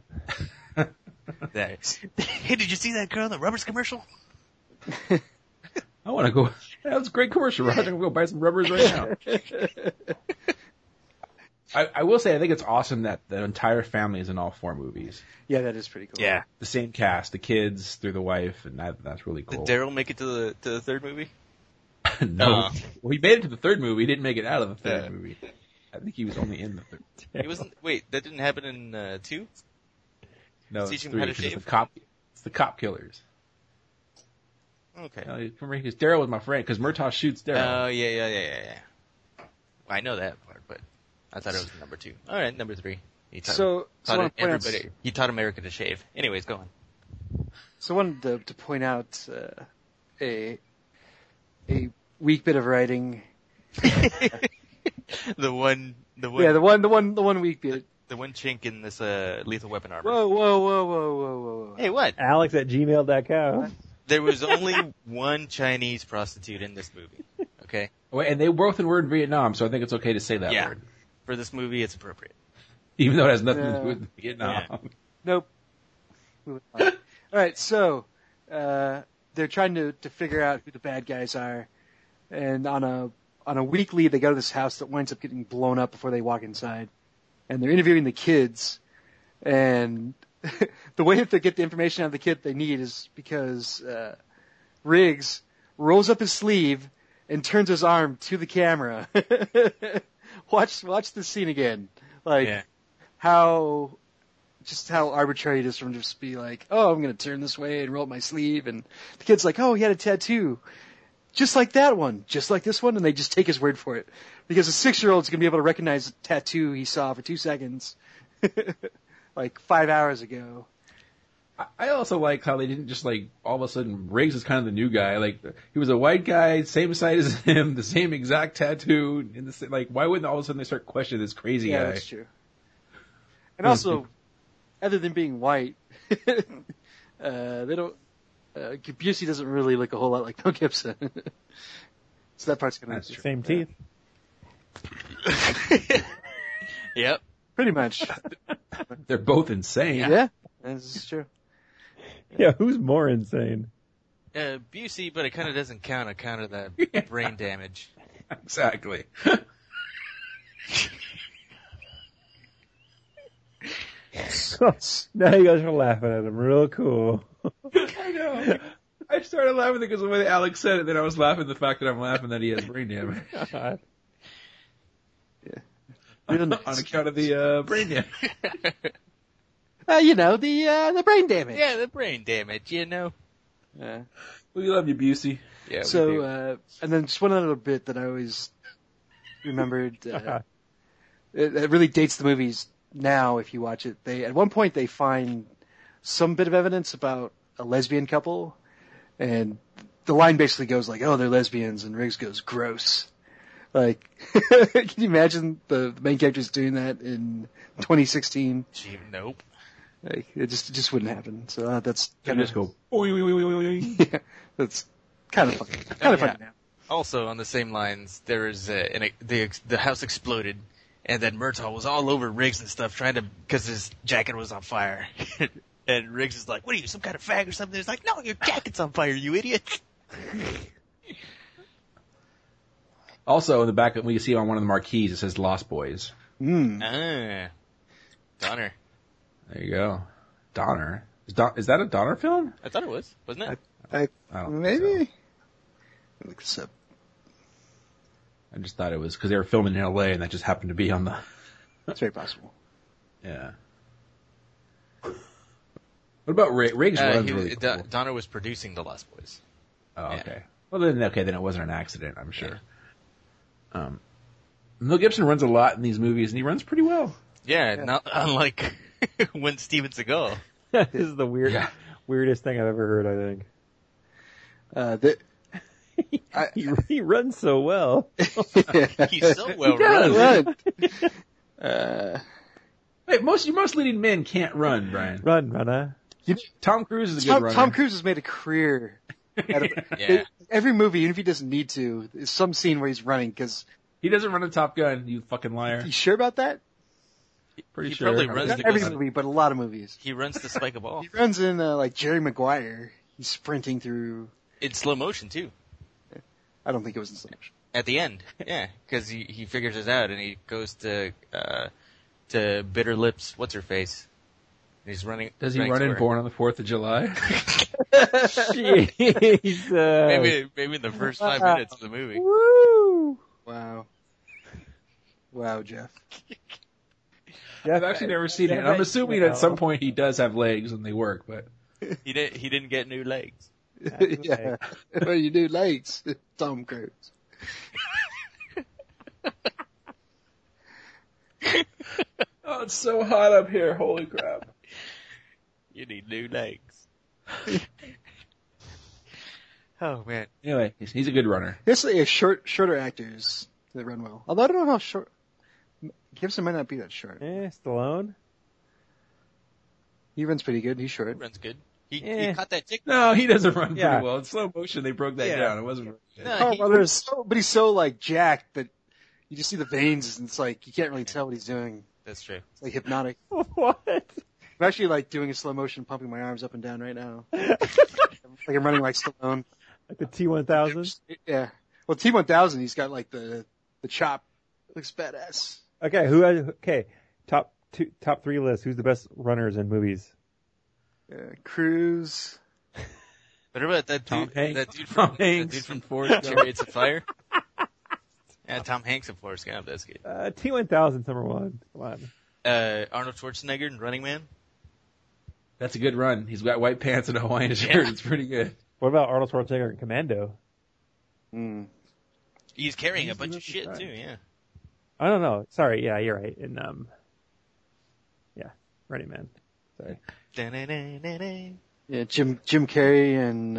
Speaker 4: That, hey, did you see that girl in the rubbers commercial?
Speaker 1: I want to go. That was a great commercial, Roger. I'm gonna go buy some rubbers right now. I, I will say, I think it's awesome that the entire family is in all four movies.
Speaker 3: Yeah, that is pretty cool.
Speaker 1: The same cast, the kids through the wife, and that, that's really
Speaker 3: Oh.
Speaker 1: cool.
Speaker 4: Did Daryl make it to the to the third movie?
Speaker 1: no,
Speaker 4: Uh.
Speaker 1: well, he made it to the third movie. He didn't make it out of the third
Speaker 4: Yeah.
Speaker 1: movie. I think he was only in the third.
Speaker 4: He wasn't. Wait, that didn't happen in uh, two.
Speaker 1: No,
Speaker 4: Teach
Speaker 1: it's
Speaker 4: him
Speaker 1: three.
Speaker 4: how to
Speaker 1: 'cause It's
Speaker 4: shave.
Speaker 1: the cop. It's the cop killers.
Speaker 4: Okay.
Speaker 3: Oh,
Speaker 1: You know, remember, because Daryl was my friend. Because Murtaugh shoots Daryl.
Speaker 4: Oh yeah, yeah, yeah, yeah, yeah. Well, I know that part, but I thought it was number two. All right, number three. He taught,
Speaker 3: So- so
Speaker 4: taught
Speaker 3: I wanna point out-
Speaker 4: everybody. He taught America to shave. Anyways, go on.
Speaker 3: So I wanted to, to point out uh, a a weak bit of writing.
Speaker 4: The one, the one,
Speaker 3: Yeah, the one, the one, the one weak bit.
Speaker 4: the one chink in this uh, lethal weapon armor.
Speaker 3: Whoa, whoa, whoa, whoa, whoa, whoa. whoa.
Speaker 4: Hey, what?
Speaker 5: Alex at gmail.com.
Speaker 4: There was only one Chinese prostitute in this movie. Okay,
Speaker 1: Oh, and they both were in Vietnam, so I think it's okay to say that
Speaker 4: Yeah.
Speaker 1: word,
Speaker 4: for this movie, it's appropriate.
Speaker 1: even though it has nothing to
Speaker 3: Yeah.
Speaker 1: do with Vietnam.
Speaker 3: Nope. Moving on. All right, so uh, they're trying to, to figure out who the bad guys are, and on a on a weekly they go to this house that winds up getting blown up before they walk inside, and they're interviewing the kids, and the way that they get the information out of the kid they need is because uh, Riggs rolls up his sleeve and turns his arm to the camera. watch watch the scene again, like
Speaker 4: Yeah.
Speaker 3: how just how arbitrary it is for him to just be like, oh, I'm going to turn this way and roll up my sleeve. And the kid's like, oh, he had a tattoo. Just like that one, just like this one. And they just take his word for it. Because a six year old's going to be able to recognize a tattoo he saw for two seconds, like five hours ago.
Speaker 1: I also like how they didn't just like all of a sudden Riggs is kind of the new guy. Like he was a white guy, same side as him, the same exact tattoo. In the same, like, why wouldn't all of a sudden they start questioning this crazy
Speaker 3: Yeah,
Speaker 1: guy?
Speaker 3: that's true. And also, other than being white, uh, they don't. Uh, Busey doesn't really look a whole lot like Mel Gibson, so that part's gonna
Speaker 1: That's true.
Speaker 5: Same teeth.
Speaker 4: Yep.
Speaker 3: pretty much.
Speaker 1: They're both insane.
Speaker 4: Yeah.
Speaker 3: Yeah, this is true.
Speaker 5: Yeah, who's more insane?
Speaker 4: Uh, Busey, but it kind of doesn't count on account of that brain damage.
Speaker 1: exactly.
Speaker 5: now you guys are laughing at him. Real cool.
Speaker 1: I know. I started laughing because of the way that Alex said it. Then I was laughing at the fact that I'm laughing that he has brain damage
Speaker 5: God.
Speaker 3: Real nice.
Speaker 1: on account of the uh, brain damage.
Speaker 3: Uh, you know the uh, the brain damage.
Speaker 4: Yeah, the brain damage. You know.
Speaker 3: Yeah.
Speaker 1: We love you, Busey.
Speaker 4: Yeah. we
Speaker 3: so,
Speaker 4: do.
Speaker 3: uh, and then just one other bit that I always remembered uh, it, it really dates the movies now. If you watch it, they at one point they find some bit of evidence about a lesbian couple, and the line basically goes like, "Oh, they're lesbians," and Riggs goes, "Gross." Like, can you imagine the, the main characters doing that in 2016?
Speaker 4: Gee, nope.
Speaker 3: Like, it just it just wouldn't happen. So uh, that's
Speaker 1: And
Speaker 3: kinda-
Speaker 1: just go. "Oing, oing, oing, oing, oing."
Speaker 3: That's kind of funny. Kind of
Speaker 4: yeah.
Speaker 3: funny now.
Speaker 4: Also, on the same lines, there is uh, an, the ex- the house exploded, and then Murtaugh was all over Riggs and stuff, trying to because his jacket was on fire. and Riggs is like, "What are you, some kind of fag or something?" He's like, "No, your jacket's on fire, you idiot."
Speaker 1: Also, in the back, we can see on one of the marquees it says "Lost Boys."
Speaker 3: Hmm,
Speaker 4: ah, Donner.
Speaker 1: There you go. Donner. Is, Don- is that a Donner film?
Speaker 4: I thought it was, wasn't it?
Speaker 3: I,
Speaker 1: I don't think Oh, so.
Speaker 3: maybe. Look this up.
Speaker 1: I just thought it was because they were filming in LA and that just happened to be on the.
Speaker 3: That's very possible.
Speaker 1: Yeah. What about Rig- Riggs?
Speaker 4: Uh,
Speaker 1: runs
Speaker 4: he,
Speaker 1: really
Speaker 4: Don-
Speaker 1: cool.
Speaker 4: Donner was producing the Lost Boys.
Speaker 1: oh,
Speaker 4: yeah.
Speaker 1: okay. Well, then okay, then it wasn't an accident, I'm sure. Um, Mel Gibson runs a lot in these movies, and he runs pretty well.
Speaker 4: Yeah, not unlike when Steven Seagal.
Speaker 5: this is the weird,
Speaker 1: Yeah.
Speaker 5: weirdest thing I've ever heard, I think.
Speaker 3: Uh, the, I,
Speaker 5: He, he runs so well.
Speaker 4: He's so well
Speaker 1: does.
Speaker 4: run.
Speaker 3: run. Uh,
Speaker 1: Hey, most most leading men can't run, Brian.
Speaker 5: Run, Rana.
Speaker 1: Tom Cruise is a good
Speaker 3: Tom,
Speaker 1: runner.
Speaker 3: Tom Cruise has made a career. Out of,
Speaker 4: Yeah.
Speaker 3: Every movie, even if he doesn't need to, there's some scene where he's running. Because
Speaker 1: He doesn't run a Top Gun. You fucking liar.
Speaker 3: you sure about that?
Speaker 1: Pretty
Speaker 4: He
Speaker 1: sure.
Speaker 4: probably runs
Speaker 3: Not
Speaker 4: the
Speaker 3: every
Speaker 4: Because-
Speaker 3: movie, but a lot of movies.
Speaker 4: He runs to spike a ball
Speaker 3: He runs in uh, like Jerry Maguire. He's sprinting through.
Speaker 4: in slow motion too.
Speaker 3: I don't think it was in slow motion.
Speaker 4: At the end, yeah, because he he figures it out and he goes to uh to bitter lips. What's her face? And he's running.
Speaker 1: Does he
Speaker 4: running
Speaker 1: run
Speaker 4: to
Speaker 1: in
Speaker 4: her.
Speaker 1: Born on the Fourth of July?
Speaker 5: Jesus.
Speaker 4: Maybe maybe in the first five
Speaker 5: Wow.
Speaker 4: minutes of the movie.
Speaker 5: Woo.
Speaker 3: Wow. Wow, Jeff.
Speaker 1: I've actually never seen it. And I'm assuming at some point he does have legs and they work, but
Speaker 4: He didn't he didn't get new legs.
Speaker 3: yeah. well, you do legs, Tom Cruise.
Speaker 1: oh, it's so hot up here. Holy crap!
Speaker 4: You need new legs. oh man,
Speaker 1: Anyway, he's, he's a good runner.
Speaker 3: There's like, short, shorter actors that run well. Although I don't know how short. Gibson might not be that short.
Speaker 5: Eh, Stallone.
Speaker 3: He runs pretty good. He's short.
Speaker 4: he runs good. He,
Speaker 5: Eh.
Speaker 4: he caught that chick.
Speaker 1: No, he doesn't run
Speaker 5: Yeah.
Speaker 1: pretty well. In slow motion, they broke that
Speaker 5: Yeah.
Speaker 1: down. It wasn't. Really good.
Speaker 4: No,
Speaker 3: Oh,
Speaker 4: he-
Speaker 3: well, there's so, but he's so like jacked that you just see the veins, and it's like you can't really tell what he's doing.
Speaker 4: that's true.
Speaker 3: It's like hypnotic.
Speaker 5: What?
Speaker 3: I'm actually like doing a slow motion, pumping my arms up and down right now. like I'm running like Stallone.
Speaker 5: Like the T1000?
Speaker 3: Yeah. Well, T1000, he's got like the the chop. Looks badass.
Speaker 5: Okay, who has, okay, top two, top three list. Who's the best runners in movies?
Speaker 3: Uh, Cruise.
Speaker 4: What about that
Speaker 1: Tom
Speaker 4: dude?
Speaker 1: Hanks.
Speaker 4: That dude
Speaker 1: Tom
Speaker 4: from, that
Speaker 1: Hanks
Speaker 4: dude from
Speaker 1: and Forrest Gump.
Speaker 4: Chariots of Fire. Yeah, Tom Hanks and Forrest Gump. That's good.
Speaker 5: Uh, T1000's number one. Come on.
Speaker 4: Uh, Arnold Schwarzenegger and Running Man.
Speaker 1: That's a good run. He's got white pants and a Hawaiian shirt. It's pretty good.
Speaker 5: What about Arnold Schwarzenegger and Commando?
Speaker 4: He's carrying a
Speaker 1: He's
Speaker 4: bunch
Speaker 1: the
Speaker 4: of shit
Speaker 1: guy.
Speaker 4: too. Yeah.
Speaker 5: I don't know. Sorry. Yeah, you're right. And, um, yeah, Running Man. Sorry.
Speaker 4: Da-na-na-na-na.
Speaker 3: Yeah, Jim Jim Carrey and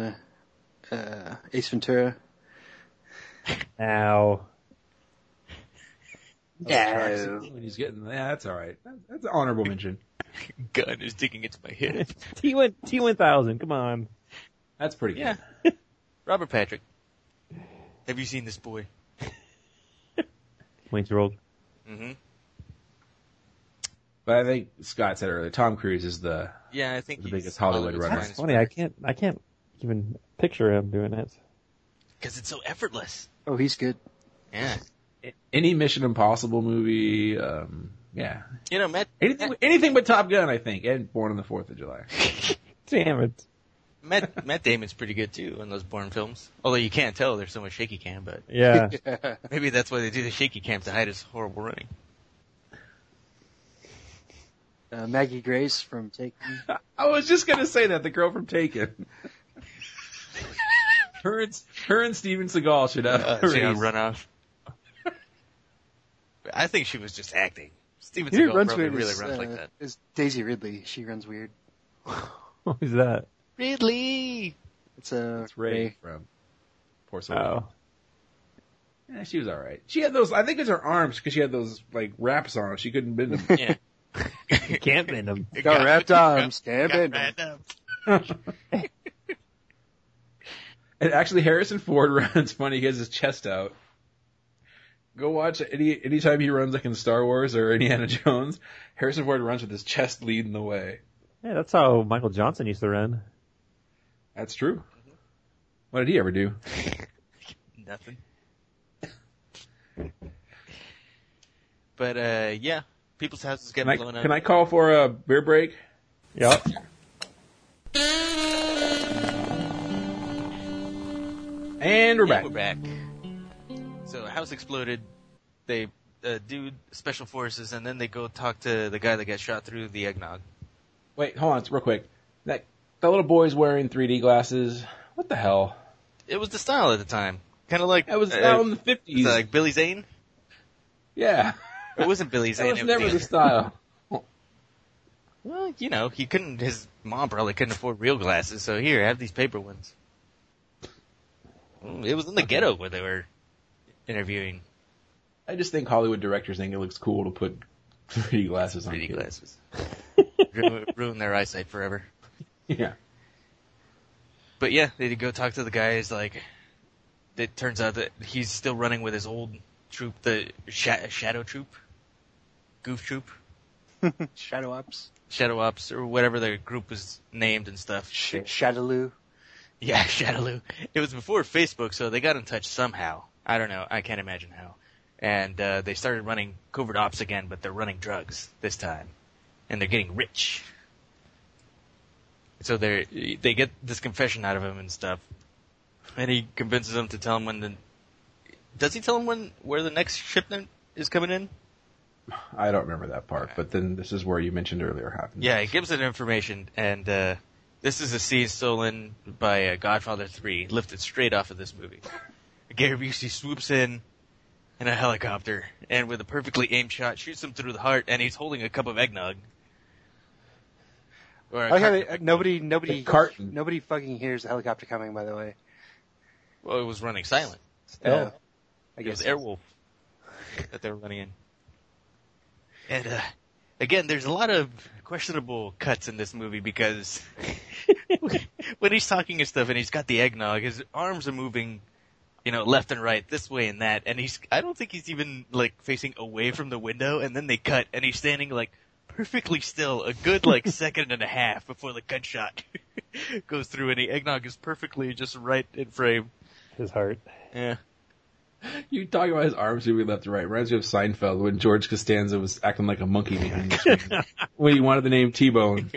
Speaker 3: uh, uh, Ace Ventura.
Speaker 5: Now,
Speaker 3: No.
Speaker 1: When he's getting, yeah, that's all right. That- That's an honorable mention.
Speaker 4: Gun is digging into my hip.
Speaker 5: T1, T1000, come on.
Speaker 1: That's pretty good.
Speaker 4: Yeah. Robert Patrick. Have you seen this boy?
Speaker 5: Wayne's World.
Speaker 4: Mm-hmm.
Speaker 1: But I think Scott said earlier, Tom Cruise is the
Speaker 4: Yeah, I think
Speaker 1: The
Speaker 4: he's
Speaker 1: biggest Hollywood runner.
Speaker 5: That's funny. I can't, I can't even picture him doing it.
Speaker 4: because it's so effortless.
Speaker 3: Oh, he's good.
Speaker 4: Yeah.
Speaker 1: any Mission Impossible movie. Um, yeah,
Speaker 4: You know, Matt
Speaker 1: anything, anything but Top Gun, I think, and Born on the Fourth of July.
Speaker 5: Damn it.
Speaker 4: Matt Matt Damon's pretty good too in those Bourne films. Although you can't tell there's so much shaky cam, but
Speaker 5: Yeah.
Speaker 4: maybe that's why they do the shaky cam to hide his horrible running.
Speaker 3: Uh, Maggie Grace from Take. Me.
Speaker 1: I was just gonna say that the girl from Taken. her and her and Steven Seagal should have a
Speaker 4: she
Speaker 1: race.
Speaker 4: Uh, run off. I think she was just acting. Steven
Speaker 3: You know who
Speaker 4: Seagal probably really
Speaker 3: is,
Speaker 4: runs like
Speaker 3: uh,
Speaker 4: that.
Speaker 3: is Daisy Ridley. She runs weird.
Speaker 5: What was that?
Speaker 4: Ridley.
Speaker 3: It's uh, a
Speaker 1: It's Ray from Poor Soul.
Speaker 5: Oh.
Speaker 1: Yeah, she was all right. She had those. I think it's her arms because she had those like wraps on. She couldn't bend them.
Speaker 4: Yeah.
Speaker 5: Can't bend him.
Speaker 3: Got wrapped arms. Damn
Speaker 4: Got
Speaker 3: it.
Speaker 4: wrapped up.
Speaker 1: And actually, Harrison Ford runs funny. He has his chest out. Go watch any anytime he runs like in Star Wars or Indiana Jones. Harrison Ford runs with his chest leading the way.
Speaker 5: Yeah, that's how Michael Johnson used to run.
Speaker 1: That's true. What did he ever do?
Speaker 4: Nothing. But uh, yeah, people's houses get
Speaker 1: Can I,
Speaker 4: blown up.
Speaker 1: can I call for a beer break?
Speaker 5: Yep.
Speaker 1: And we're back.
Speaker 4: And we're back. So a house exploded. They uh, do special forces, and then they go talk to the guy that got shot through the eggnog.
Speaker 1: Wait, hold on, real quick. That that little boy's wearing 3D glasses. What the hell?
Speaker 4: It was the style at the time, kind of like
Speaker 1: That was
Speaker 4: uh,
Speaker 1: out in the
Speaker 4: it was
Speaker 1: 50s.
Speaker 4: like Billy Zane.
Speaker 1: yeah,
Speaker 4: It wasn't Billy Zane.
Speaker 1: that was
Speaker 4: it
Speaker 1: never
Speaker 4: the
Speaker 1: the
Speaker 4: other-
Speaker 1: style.
Speaker 4: Well, you know, he couldn't. His mom probably couldn't afford real glasses, so here, have these paper ones. Mm, It was in the ghetto where they were interviewing
Speaker 1: I just think Hollywood directors think it looks cool to put 3D glasses on.
Speaker 4: 3D
Speaker 1: kids.
Speaker 4: glasses. Ru- ruin their eyesight forever.
Speaker 1: Yeah.
Speaker 4: But yeah, they go talk to the guys. Like, it turns out that he's still running with his old troop, the sha- Shadow Troop, Goof Troop,
Speaker 3: Shadow Ops,
Speaker 4: Shadow Ops, or whatever their group was named and stuff.
Speaker 3: Sh- Shadaloo.
Speaker 4: Yeah, Shadaloo. It was before Facebook, so they got in touch somehow. I don't know. I can't imagine how. And uh, they started running covert ops again, but they're running drugs this time, and they're getting rich. So they are they get this confession out of him and stuff, and he convinces them to tell him when the. Does he tell him when where the next shipment is coming in?
Speaker 1: I don't remember that part, but then this is where you mentioned earlier happened.
Speaker 4: Yeah, it gives it information, and uh, this is a scene stolen by uh, Godfather 3, lifted straight off of this movie. Gary Busey swoops in in a helicopter, and with a perfectly aimed shot, shoots him through the heart, and he's holding a cup of eggnog. Or a
Speaker 3: I like how
Speaker 4: carton
Speaker 3: Oh, they, uh,
Speaker 4: of eggnog.
Speaker 3: nobody, nobody,
Speaker 1: The carton.
Speaker 3: nobody fucking hears the helicopter coming. By the way,
Speaker 4: Well, it was running silent.
Speaker 3: Uh,
Speaker 5: Stealth.
Speaker 3: I
Speaker 4: It was
Speaker 3: guess
Speaker 4: Airwolf that they were running in. And uh, again, there's a lot of questionable cuts in this movie because when he's talking and stuff, and he's got the eggnog, his arms are moving, you know, left and right, this way and that, and he's—I don't think he's even like facing away from the window. And then they cut, and he's standing like perfectly still, a good like second and a half before the gunshot goes through, and the eggnog is perfectly just right in frame.
Speaker 5: His heart.
Speaker 4: Yeah.
Speaker 1: You talking about his arms moving left to right. Reminds me of Seinfeld when George Costanza was acting like a monkey behind the screen. when he wanted the name T-Bone.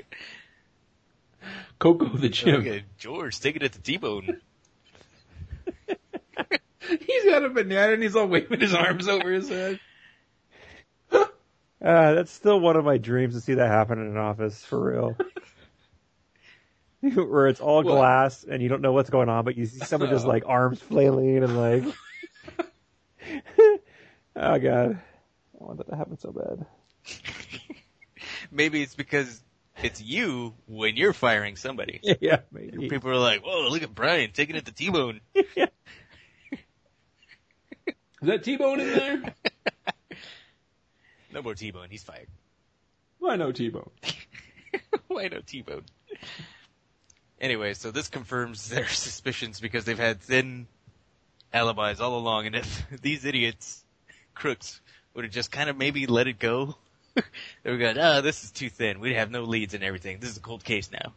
Speaker 1: Coco the
Speaker 4: Look
Speaker 1: Chimp.
Speaker 4: at George taking it to T-Bone.
Speaker 1: He's got a banana and he's all waving his arms over his head.
Speaker 5: Uh, that's still one of my dreams to see that happen in an office for real. Where it's all
Speaker 1: Well-
Speaker 5: glass and you don't know what's going on, but you see someone just like arms flailing and like, oh god, I want that to happen so bad.
Speaker 4: Maybe it's because it's you when you're firing somebody.
Speaker 5: Yeah, maybe.
Speaker 4: People are like, "Whoa, look at Brian taking it to T-Bone."
Speaker 1: Is that T-Bone in there?
Speaker 4: No more T-Bone. He's fired.
Speaker 1: Why no T-Bone?
Speaker 4: Why no T-Bone? Anyway, so this confirms their suspicions because they've had thin alibis all along, and if these idiots, crooks, would have just kind of maybe let it go, they were going, "Ah, this is too thin. We have no leads and everything. This is a cold case now."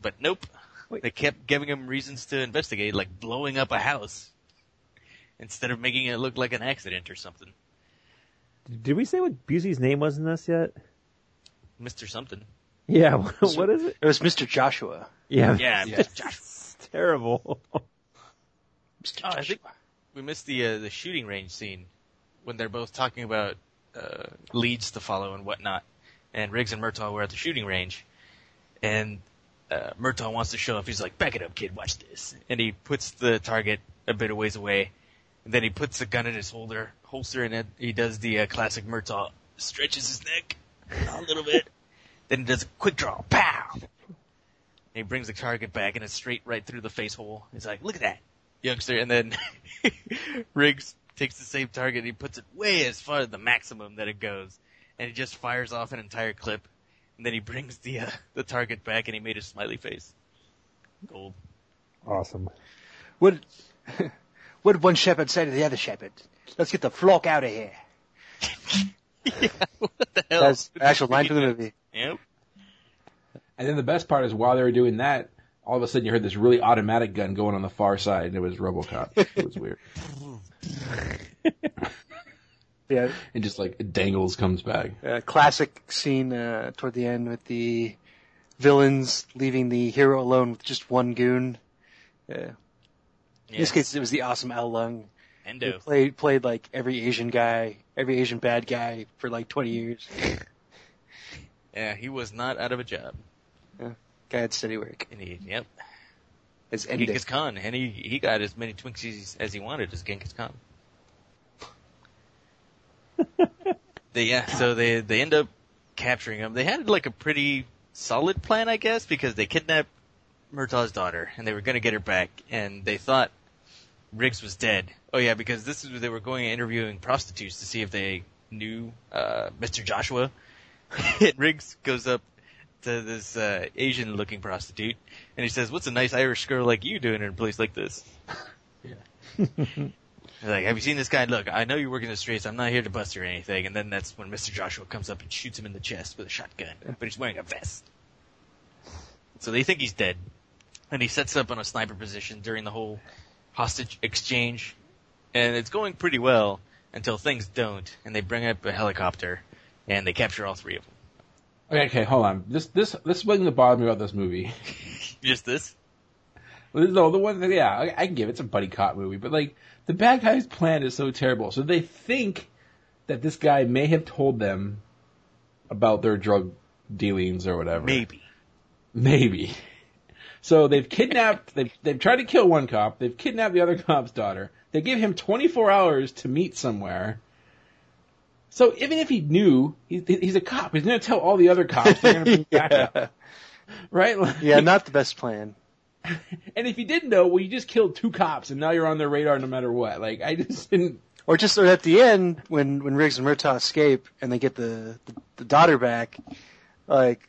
Speaker 4: But nope,
Speaker 5: Wait.
Speaker 4: they kept giving them reasons to investigate, like blowing up a house instead of making it look like an accident or something,
Speaker 5: Did we say what Busey's name was in this yet?
Speaker 4: Mister Something.
Speaker 5: Yeah, what, what is it?
Speaker 3: it was Mr. Joshua.
Speaker 5: Yeah,
Speaker 4: Yeah,
Speaker 5: it's terrible.
Speaker 3: Mr.
Speaker 4: Oh, I
Speaker 3: Joshua.
Speaker 4: think we missed the uh, the shooting range scene when they're both talking about uh, leads to follow and whatnot. And Riggs and Murtaugh were at the shooting range, and uh, Murtaugh wants to show off. He's like, "Back it up, kid. Watch this." And he puts the target a bit of ways away. And then he puts the gun in his holder holster, and then he does the uh, classic Murtaugh stretches his neck a little bit. then he does a quick draw, pow. And he brings the target back, and it's straight right through the face hole. He's like, "Look at that." youngster, and then Riggs takes the same target and he puts it way as far as the maximum that it goes, and he just fires off an entire clip, and then he brings the uh, the target back and he made a smiley face. Gold.
Speaker 5: awesome.
Speaker 3: What, what did one shepherd say to the other shepherd? Let's get the flock out of here.
Speaker 4: What the hell?
Speaker 3: That's the actual line from the movie.
Speaker 4: Yep.
Speaker 1: And then the best part is while they were doing that, all of a sudden you heard this really automatic gun going on the far side, and it was RoboCop. it was weird.
Speaker 3: Yeah,
Speaker 1: And just like it dangles comes back.
Speaker 3: uh, classic scene uh, toward the end with the villains leaving the hero alone with just one goon. Uh, In this
Speaker 4: Yeah.
Speaker 3: case, it was the awesome Al Lung. He
Speaker 4: Endo.
Speaker 3: played played like every Asian guy, every Asian bad guy for like twenty years.
Speaker 4: Yeah, he was not out of a job.
Speaker 3: Guy had steady work.
Speaker 4: And he, yep.
Speaker 3: As ending.
Speaker 4: Genghis Khan, and he he got as many Twinkies as he wanted as Genghis Khan. they, yeah, so they they end up capturing him. They had like a pretty solid plan, I guess, because they kidnap Murtaugh's daughter, and they were going to get her back, and they thought Riggs was dead. Oh yeah, because this is they were going and interviewing prostitutes to see if they knew uh, Mr. Joshua. and Riggs goes up to this uh, Asian-looking prostitute, and he says, "What's a nice Irish girl like you doing in a place like this?" He's like, have you seen this guy? Look, I know you're working the streets. I'm not here to bust you or anything. And then that's when Mr. Joshua comes up and shoots him in the chest with a shotgun, but he's wearing a vest. So they think he's dead. And he sets up in a sniper position during the whole hostage exchange. And it's going pretty well until things don't, and they bring up a helicopter, and they capture all three of them.
Speaker 1: Okay, okay, hold on. This this this wasn't the bother me about this movie.
Speaker 4: Just this?
Speaker 1: No, the one that yeah, I, I can give it. it's a buddy cop movie, but like the bad guy's plan is so terrible. So they think that this guy may have told them about their drug dealings or whatever.
Speaker 4: Maybe.
Speaker 1: Maybe. So they've kidnapped, they've, they've tried to kill one cop, they've kidnapped the other cop's daughter, they give him 24 hours to meet somewhere. So even if he knew, he's, he's a cop, he's gonna tell all the other cops, they're gonna bring back up. Right? Like-
Speaker 3: Yeah, not the best plan.
Speaker 1: and if you didn't know, well, you just killed two cops, and now you're on their radar no matter what. Like, I just didn't.
Speaker 3: Or just or at the end when when Riggs and Murtaugh escape and they get the the, the daughter back, like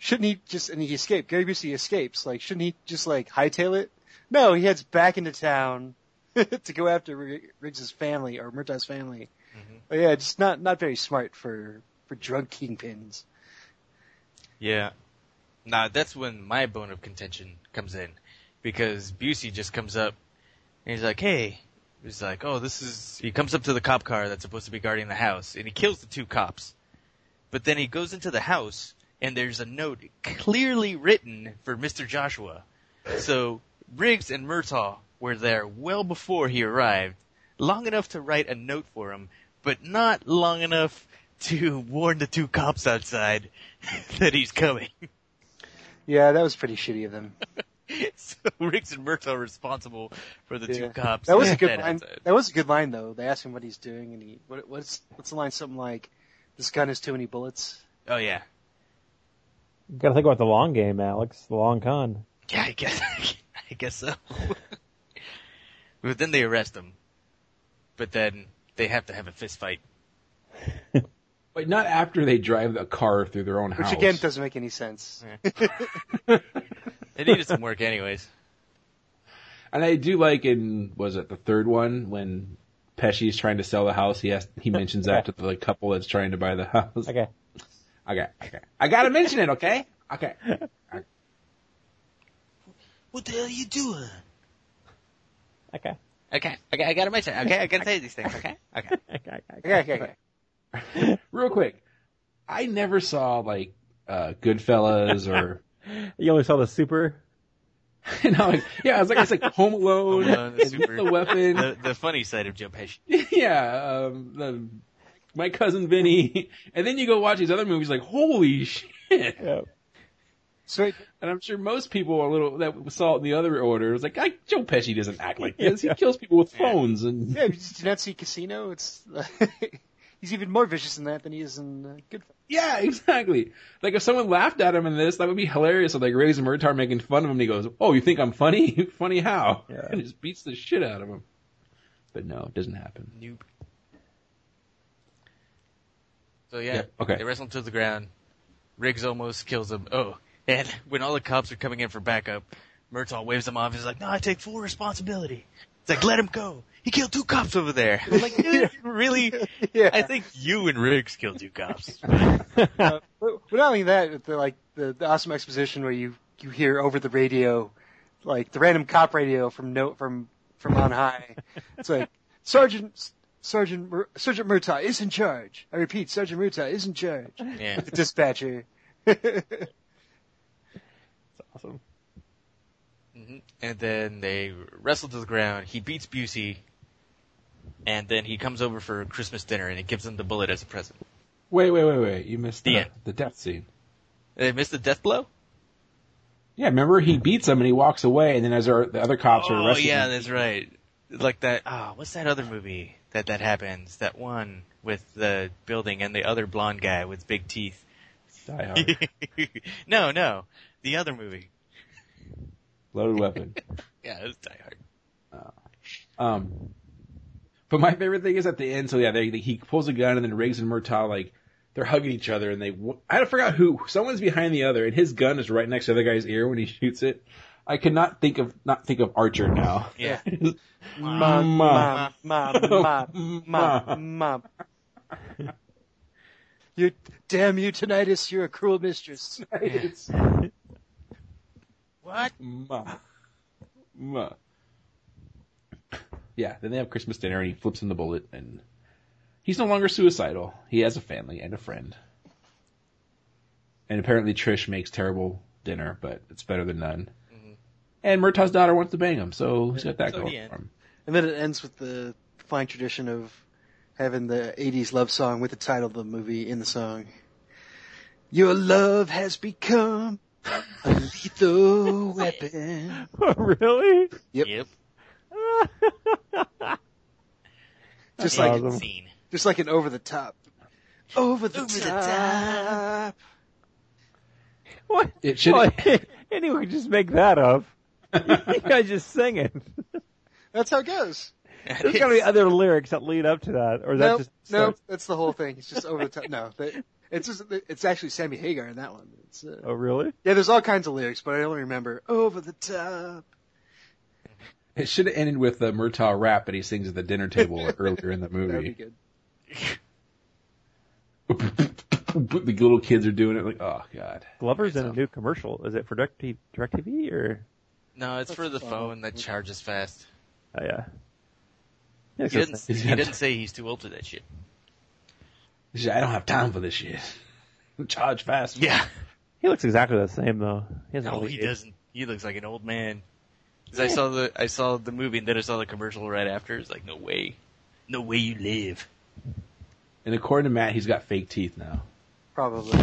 Speaker 3: shouldn't he just and he escaped? Gary Busey escapes. Like shouldn't he just like hightail it? No, he heads back into town to go after Rig- Riggs's family or Murtaugh's family.
Speaker 4: Mm-hmm.
Speaker 3: But yeah, just not not very smart for for drug kingpins.
Speaker 4: Yeah. Now that's when my bone of contention comes in, because Busey just comes up and he's like, "Hey," he's like, "Oh, this is." He comes up to the cop car that's supposed to be guarding the house, and he kills the two cops. But then he goes into the house, and there's a note clearly written for Mr. Joshua. So Riggs and Murtaugh were there well before he arrived, long enough to write a note for him, but not long enough to warn the two cops outside that he's coming.
Speaker 3: Yeah, that was pretty shitty of them.
Speaker 4: so Riggs and Murtaugh are responsible for the two
Speaker 3: Yeah.
Speaker 4: cops.
Speaker 3: That was a
Speaker 4: that
Speaker 3: good
Speaker 4: had
Speaker 3: line.
Speaker 4: outside.
Speaker 3: That was a good line though. They asked him what he's doing and he what, what's what's the line? Something like, "This gun has too many bullets."
Speaker 4: Oh yeah,
Speaker 5: Gotta think about the long game, Alex. The long con.
Speaker 4: yeah. I guess I guess so. but then they arrest him. But then they have to have a fist fight.
Speaker 1: But not after they drive the car through their own
Speaker 3: Which
Speaker 1: house.
Speaker 3: again doesn't make any sense.
Speaker 4: They needed some work anyways.
Speaker 1: And I do like in was it the third one when Pesci's trying to sell the house. He has he mentions that to the couple that's trying to buy the house.
Speaker 5: Okay.
Speaker 1: okay, okay. I gotta mention it. Okay, okay.
Speaker 4: What the hell are you doing?
Speaker 5: Okay.
Speaker 4: Okay, okay, I gotta mention. Okay, I gotta say these things. Okay, okay.
Speaker 5: Okay. okay.
Speaker 3: Okay, okay, okay.
Speaker 1: Real quick, I never saw like uh Goodfellas or
Speaker 5: You only saw the super.
Speaker 1: you know, like, yeah. I was like, it's like Home Alone,
Speaker 4: Home Alone,
Speaker 1: and
Speaker 4: Super-
Speaker 1: the weapon.
Speaker 4: The, the funny side of Joe Pesci.
Speaker 1: yeah, um, the, my cousin Vinny, and then you go watch these other movies. Like, holy shit!
Speaker 5: Yeah.
Speaker 3: So wait,
Speaker 1: And I'm sure most people are a little that saw it in the other order was like, I, Joe Pesci doesn't act like this. He kills people with phones and
Speaker 3: yeah, did you not see Casino? It's he's even more vicious in that than he is in uh, Good.
Speaker 1: yeah, exactly. Like if someone laughed at him in this, that would be hilarious. So like Ray's and Murtar making fun of him. And he goes, "Oh, you think I'm funny? funny how?"
Speaker 5: Yeah.
Speaker 1: And just beats the shit out of him. But no, it doesn't happen.
Speaker 4: Noob. So yeah,
Speaker 1: Yep, okay.
Speaker 4: they wrestle him to the ground. Riggs almost kills him. Oh, and when all the cops are coming in for backup, Murtaugh waves him off. He's like, "No, I take full responsibility." It's like, "Let him go. He killed two cops over there." I'm like, dude, really?
Speaker 3: Yeah.
Speaker 4: I think you and Riggs killed two cops.
Speaker 3: Well, well, not only that, but the, like the, the awesome exposition where you you hear over the radio, like the random cop radio from no from from on high. It's like Sergeant Sergeant Mur- Sergeant Murtaugh is in charge. I repeat, Sergeant Murtaugh is in charge.
Speaker 4: yeah.
Speaker 3: The dispatcher.
Speaker 5: Awesome.
Speaker 4: And then they wrestle to the ground. He beats Busey, and then he comes over for Christmas dinner, and he gives him the bullet as a present.
Speaker 1: Wait, wait, wait, wait. You missed the,
Speaker 4: The
Speaker 1: the,
Speaker 4: end.
Speaker 1: death scene.
Speaker 4: They missed the death blow.
Speaker 1: Yeah, remember he beats him and he walks away, and then as our, the other cops are
Speaker 4: Oh
Speaker 1: arresting
Speaker 4: yeah,
Speaker 1: him,
Speaker 4: that's right. Like that. Ah, what's that other movie that that happens? That one with the building and the other blonde guy with big teeth.
Speaker 1: Die Hard.
Speaker 4: no, no, the other movie.
Speaker 1: Loaded Weapon.
Speaker 4: Yeah, it was Die Hard.
Speaker 1: Um, but my favorite thing is at the end. So yeah, they, they, he pulls a gun, and then Riggs and Murtaugh like they're hugging each other, and they I forgot who someone's behind the other, and his gun is right next to the other guy's ear when he shoots it. I could not think of not think of Archer now.
Speaker 4: Yeah.
Speaker 3: Mom, mom, mom, mom, mom, mom. You damn you, tinnitus! You're a cruel mistress.
Speaker 1: It's
Speaker 4: What?
Speaker 1: ma, ma. Yeah. Then they have Christmas dinner, and he flips him the bullet, and he's no longer suicidal. He has a family and a friend. And apparently Trish makes terrible dinner, but it's better than none. And Murtaugh's daughter wants to bang him, so he's got that
Speaker 4: So
Speaker 1: going
Speaker 4: the end.
Speaker 1: for him.
Speaker 3: And then it ends with the fine tradition of having the 80s love song with the title of the movie in the song. Your love has become a lethal weapon.
Speaker 5: Oh, really?
Speaker 4: Yep.
Speaker 3: Just
Speaker 5: Yeah.
Speaker 3: like,
Speaker 5: Awesome.
Speaker 4: Scene.
Speaker 3: just like an over the top. Over the
Speaker 4: Over the
Speaker 3: top.
Speaker 5: What?
Speaker 1: It should-
Speaker 5: anyone could just make that up. you guys just sing it.
Speaker 3: That's how it goes.
Speaker 5: There's gotta be other lyrics that lead up to that, or is that
Speaker 3: Nope,
Speaker 5: just
Speaker 3: nope. That's the whole thing. It's just over the top. No, they- it's just, it's actually Sammy Hagar in that one. It's, uh,
Speaker 5: Oh, really?
Speaker 3: Yeah, there's all kinds of lyrics, but I only remember over the top.
Speaker 1: It should have ended with the Murtaugh rap that he sings at the dinner table earlier in the
Speaker 3: That'd be
Speaker 1: movie.
Speaker 3: good.
Speaker 1: the little kids are doing it like, oh god.
Speaker 5: Glover's in a new commercial. Is it for Direct DirecTV or?
Speaker 4: No, it's for the phone that charges fast.
Speaker 5: Oh yeah.
Speaker 4: He didn't,
Speaker 5: Yes,
Speaker 4: he didn't say he's too old for that shit.
Speaker 1: He's like, I don't have time for this shit. Charge fast.
Speaker 4: Yeah.
Speaker 5: he looks exactly the same though. He hasn't
Speaker 4: No,
Speaker 5: really
Speaker 4: he
Speaker 5: aged.
Speaker 4: doesn't. He looks like an old man. 'Cause I saw the I saw the movie and then I saw the commercial right after. It's like no way, no way you live.
Speaker 1: And according to Matt, he's got fake teeth now.
Speaker 3: Probably.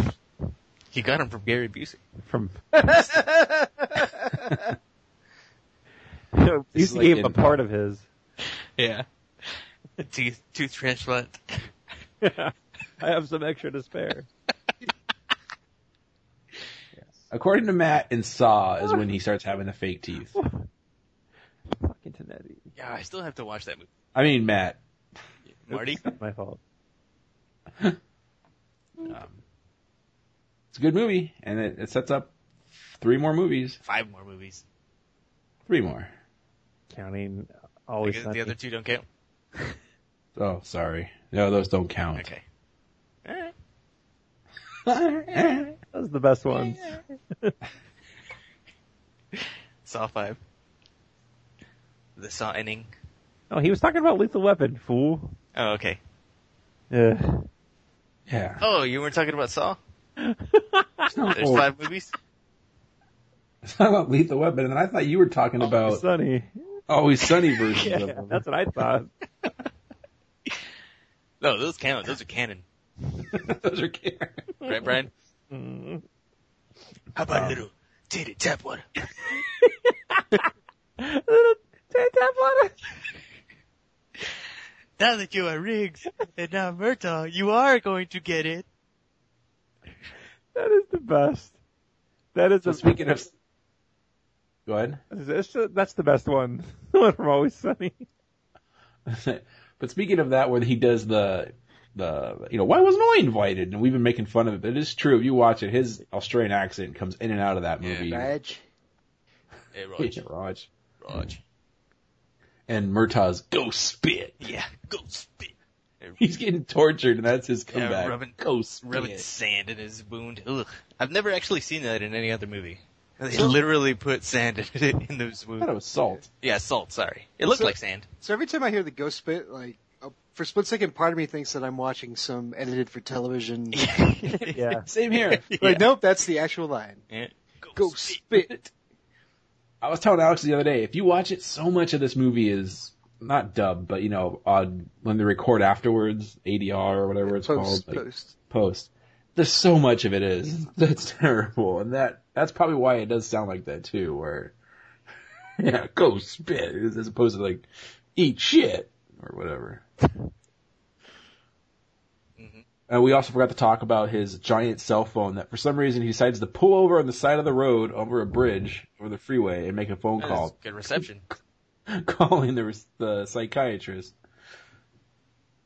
Speaker 4: He got him from Gary Busey.
Speaker 5: from. You
Speaker 1: This is like
Speaker 5: gave him a
Speaker 1: in-
Speaker 5: part of his.
Speaker 4: Yeah. Tooth tooth transplant.
Speaker 5: I have some extra to spare.
Speaker 1: According to Matt, in Saw is when he starts having the fake teeth.
Speaker 5: Fucking Tanetti.
Speaker 4: Yeah, I still have to watch that movie.
Speaker 1: I mean, Matt.
Speaker 4: Marty.
Speaker 5: My fault.
Speaker 1: It's a good movie, and it, it sets up three more movies.
Speaker 4: Five more movies.
Speaker 1: Three more.
Speaker 5: Counting
Speaker 4: I
Speaker 5: always.
Speaker 4: guess
Speaker 5: sunny.
Speaker 4: the other two don't count.
Speaker 1: Oh, sorry. No, those don't count.
Speaker 4: Okay. Alright.
Speaker 5: That was the best one.
Speaker 4: Saw five. The Saw ending.
Speaker 5: Oh, he was talking about Lethal Weapon, fool.
Speaker 4: Oh, okay.
Speaker 5: Yeah.
Speaker 1: Yeah.
Speaker 4: Oh, you weren't talking about Saw? There's
Speaker 1: Oh.
Speaker 4: five movies?
Speaker 1: It's not about Lethal Weapon, and I thought you were talking about
Speaker 5: Sunny.
Speaker 1: Always Sunny versions of
Speaker 5: Yeah,
Speaker 1: them.
Speaker 5: that's what I thought.
Speaker 4: No, those count. Those are canon.
Speaker 1: Those are Karen.
Speaker 4: Right, Brian?
Speaker 5: Mm.
Speaker 4: How about a little titty tap water? Now that you are Riggs and now Murtaugh, you are going to get it.
Speaker 5: That is the best. That is
Speaker 1: So
Speaker 5: the
Speaker 1: speaking of, go ahead.
Speaker 5: That's the- that's the best one. The one from Always Sunny.
Speaker 1: but speaking of that, where he does the the you know why wasn't I invited? And we've been making fun of it, but it is true. If you watch it, his Australian accent comes in and out of that
Speaker 4: Yeah.
Speaker 1: movie.
Speaker 3: Badge.
Speaker 4: Hey,
Speaker 1: Yeah,
Speaker 4: Raj.
Speaker 1: Raj.
Speaker 4: Raj.
Speaker 1: And Murtaugh's go spit.
Speaker 4: Yeah, go spit.
Speaker 1: He's getting tortured, and that's his
Speaker 4: Yeah,
Speaker 1: comeback.
Speaker 4: rubbing-
Speaker 1: go spit.
Speaker 4: Rubbing sand in his wound. Ugh. I've never actually seen that in any other movie. They literally put sand in, it- in those
Speaker 1: I thought it
Speaker 4: wounds.
Speaker 1: was salt.
Speaker 4: Yeah, salt, sorry. It looked
Speaker 3: So-
Speaker 4: like sand.
Speaker 3: So every time I hear the ghost spit, like uh, for a split second, part of me thinks that I'm watching some edited for television.
Speaker 5: Yeah.
Speaker 1: Same here.
Speaker 3: Like, nope, that's the actual line.
Speaker 4: Yeah.
Speaker 3: Go spit.
Speaker 1: I was telling Alex the other day, if you watch it, so much of this movie is not dubbed, but you know, odd when they record afterwards, ADR or whatever it's
Speaker 3: Post,
Speaker 1: called, like,
Speaker 3: post.
Speaker 1: post. There's so much of it is that's terrible, and that that's probably why it does sound like that too. Where yeah, go spit as opposed to like
Speaker 4: Mm-hmm.
Speaker 1: eat shit or whatever. And Uh, we also forgot to talk about his giant cell phone that for some reason he decides to pull over on the side of the road over a bridge over the freeway and make a phone
Speaker 4: That is
Speaker 1: call
Speaker 4: Good reception.
Speaker 1: calling the the psychiatrist.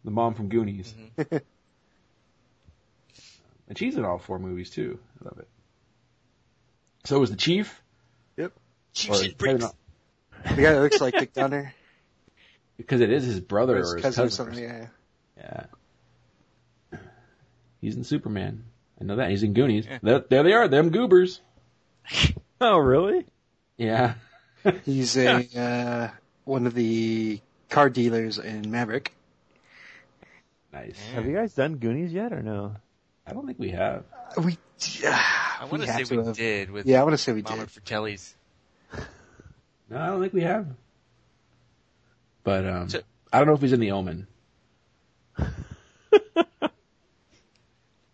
Speaker 1: The mom from Goonies.
Speaker 3: Mm-hmm.
Speaker 1: and she's in all four movies too. I love it. So was the chief.
Speaker 4: Chiefs
Speaker 1: or-
Speaker 4: and pricks.
Speaker 3: The guy that looks like Dick Donner,
Speaker 1: because it is his brother
Speaker 3: or
Speaker 1: or
Speaker 3: his cousin or something. Yeah.
Speaker 1: Yeah. He's in Superman. I know that. He's in Goonies.
Speaker 4: Yeah.
Speaker 1: There, there they are, them goobers.
Speaker 5: Oh, really?
Speaker 1: Yeah.
Speaker 3: He's a uh, one of the car dealers in Maverick.
Speaker 1: Nice.
Speaker 5: Have you guys done Goonies yet or no?
Speaker 1: I don't think we have.
Speaker 3: We,
Speaker 4: I
Speaker 3: I
Speaker 4: want to say we did with
Speaker 3: Yeah, I want to say we
Speaker 4: Mama
Speaker 3: did.
Speaker 4: Fratelli's.
Speaker 1: No, I don't think we have. But um,
Speaker 4: So-
Speaker 1: I don't know if he's in The Omen.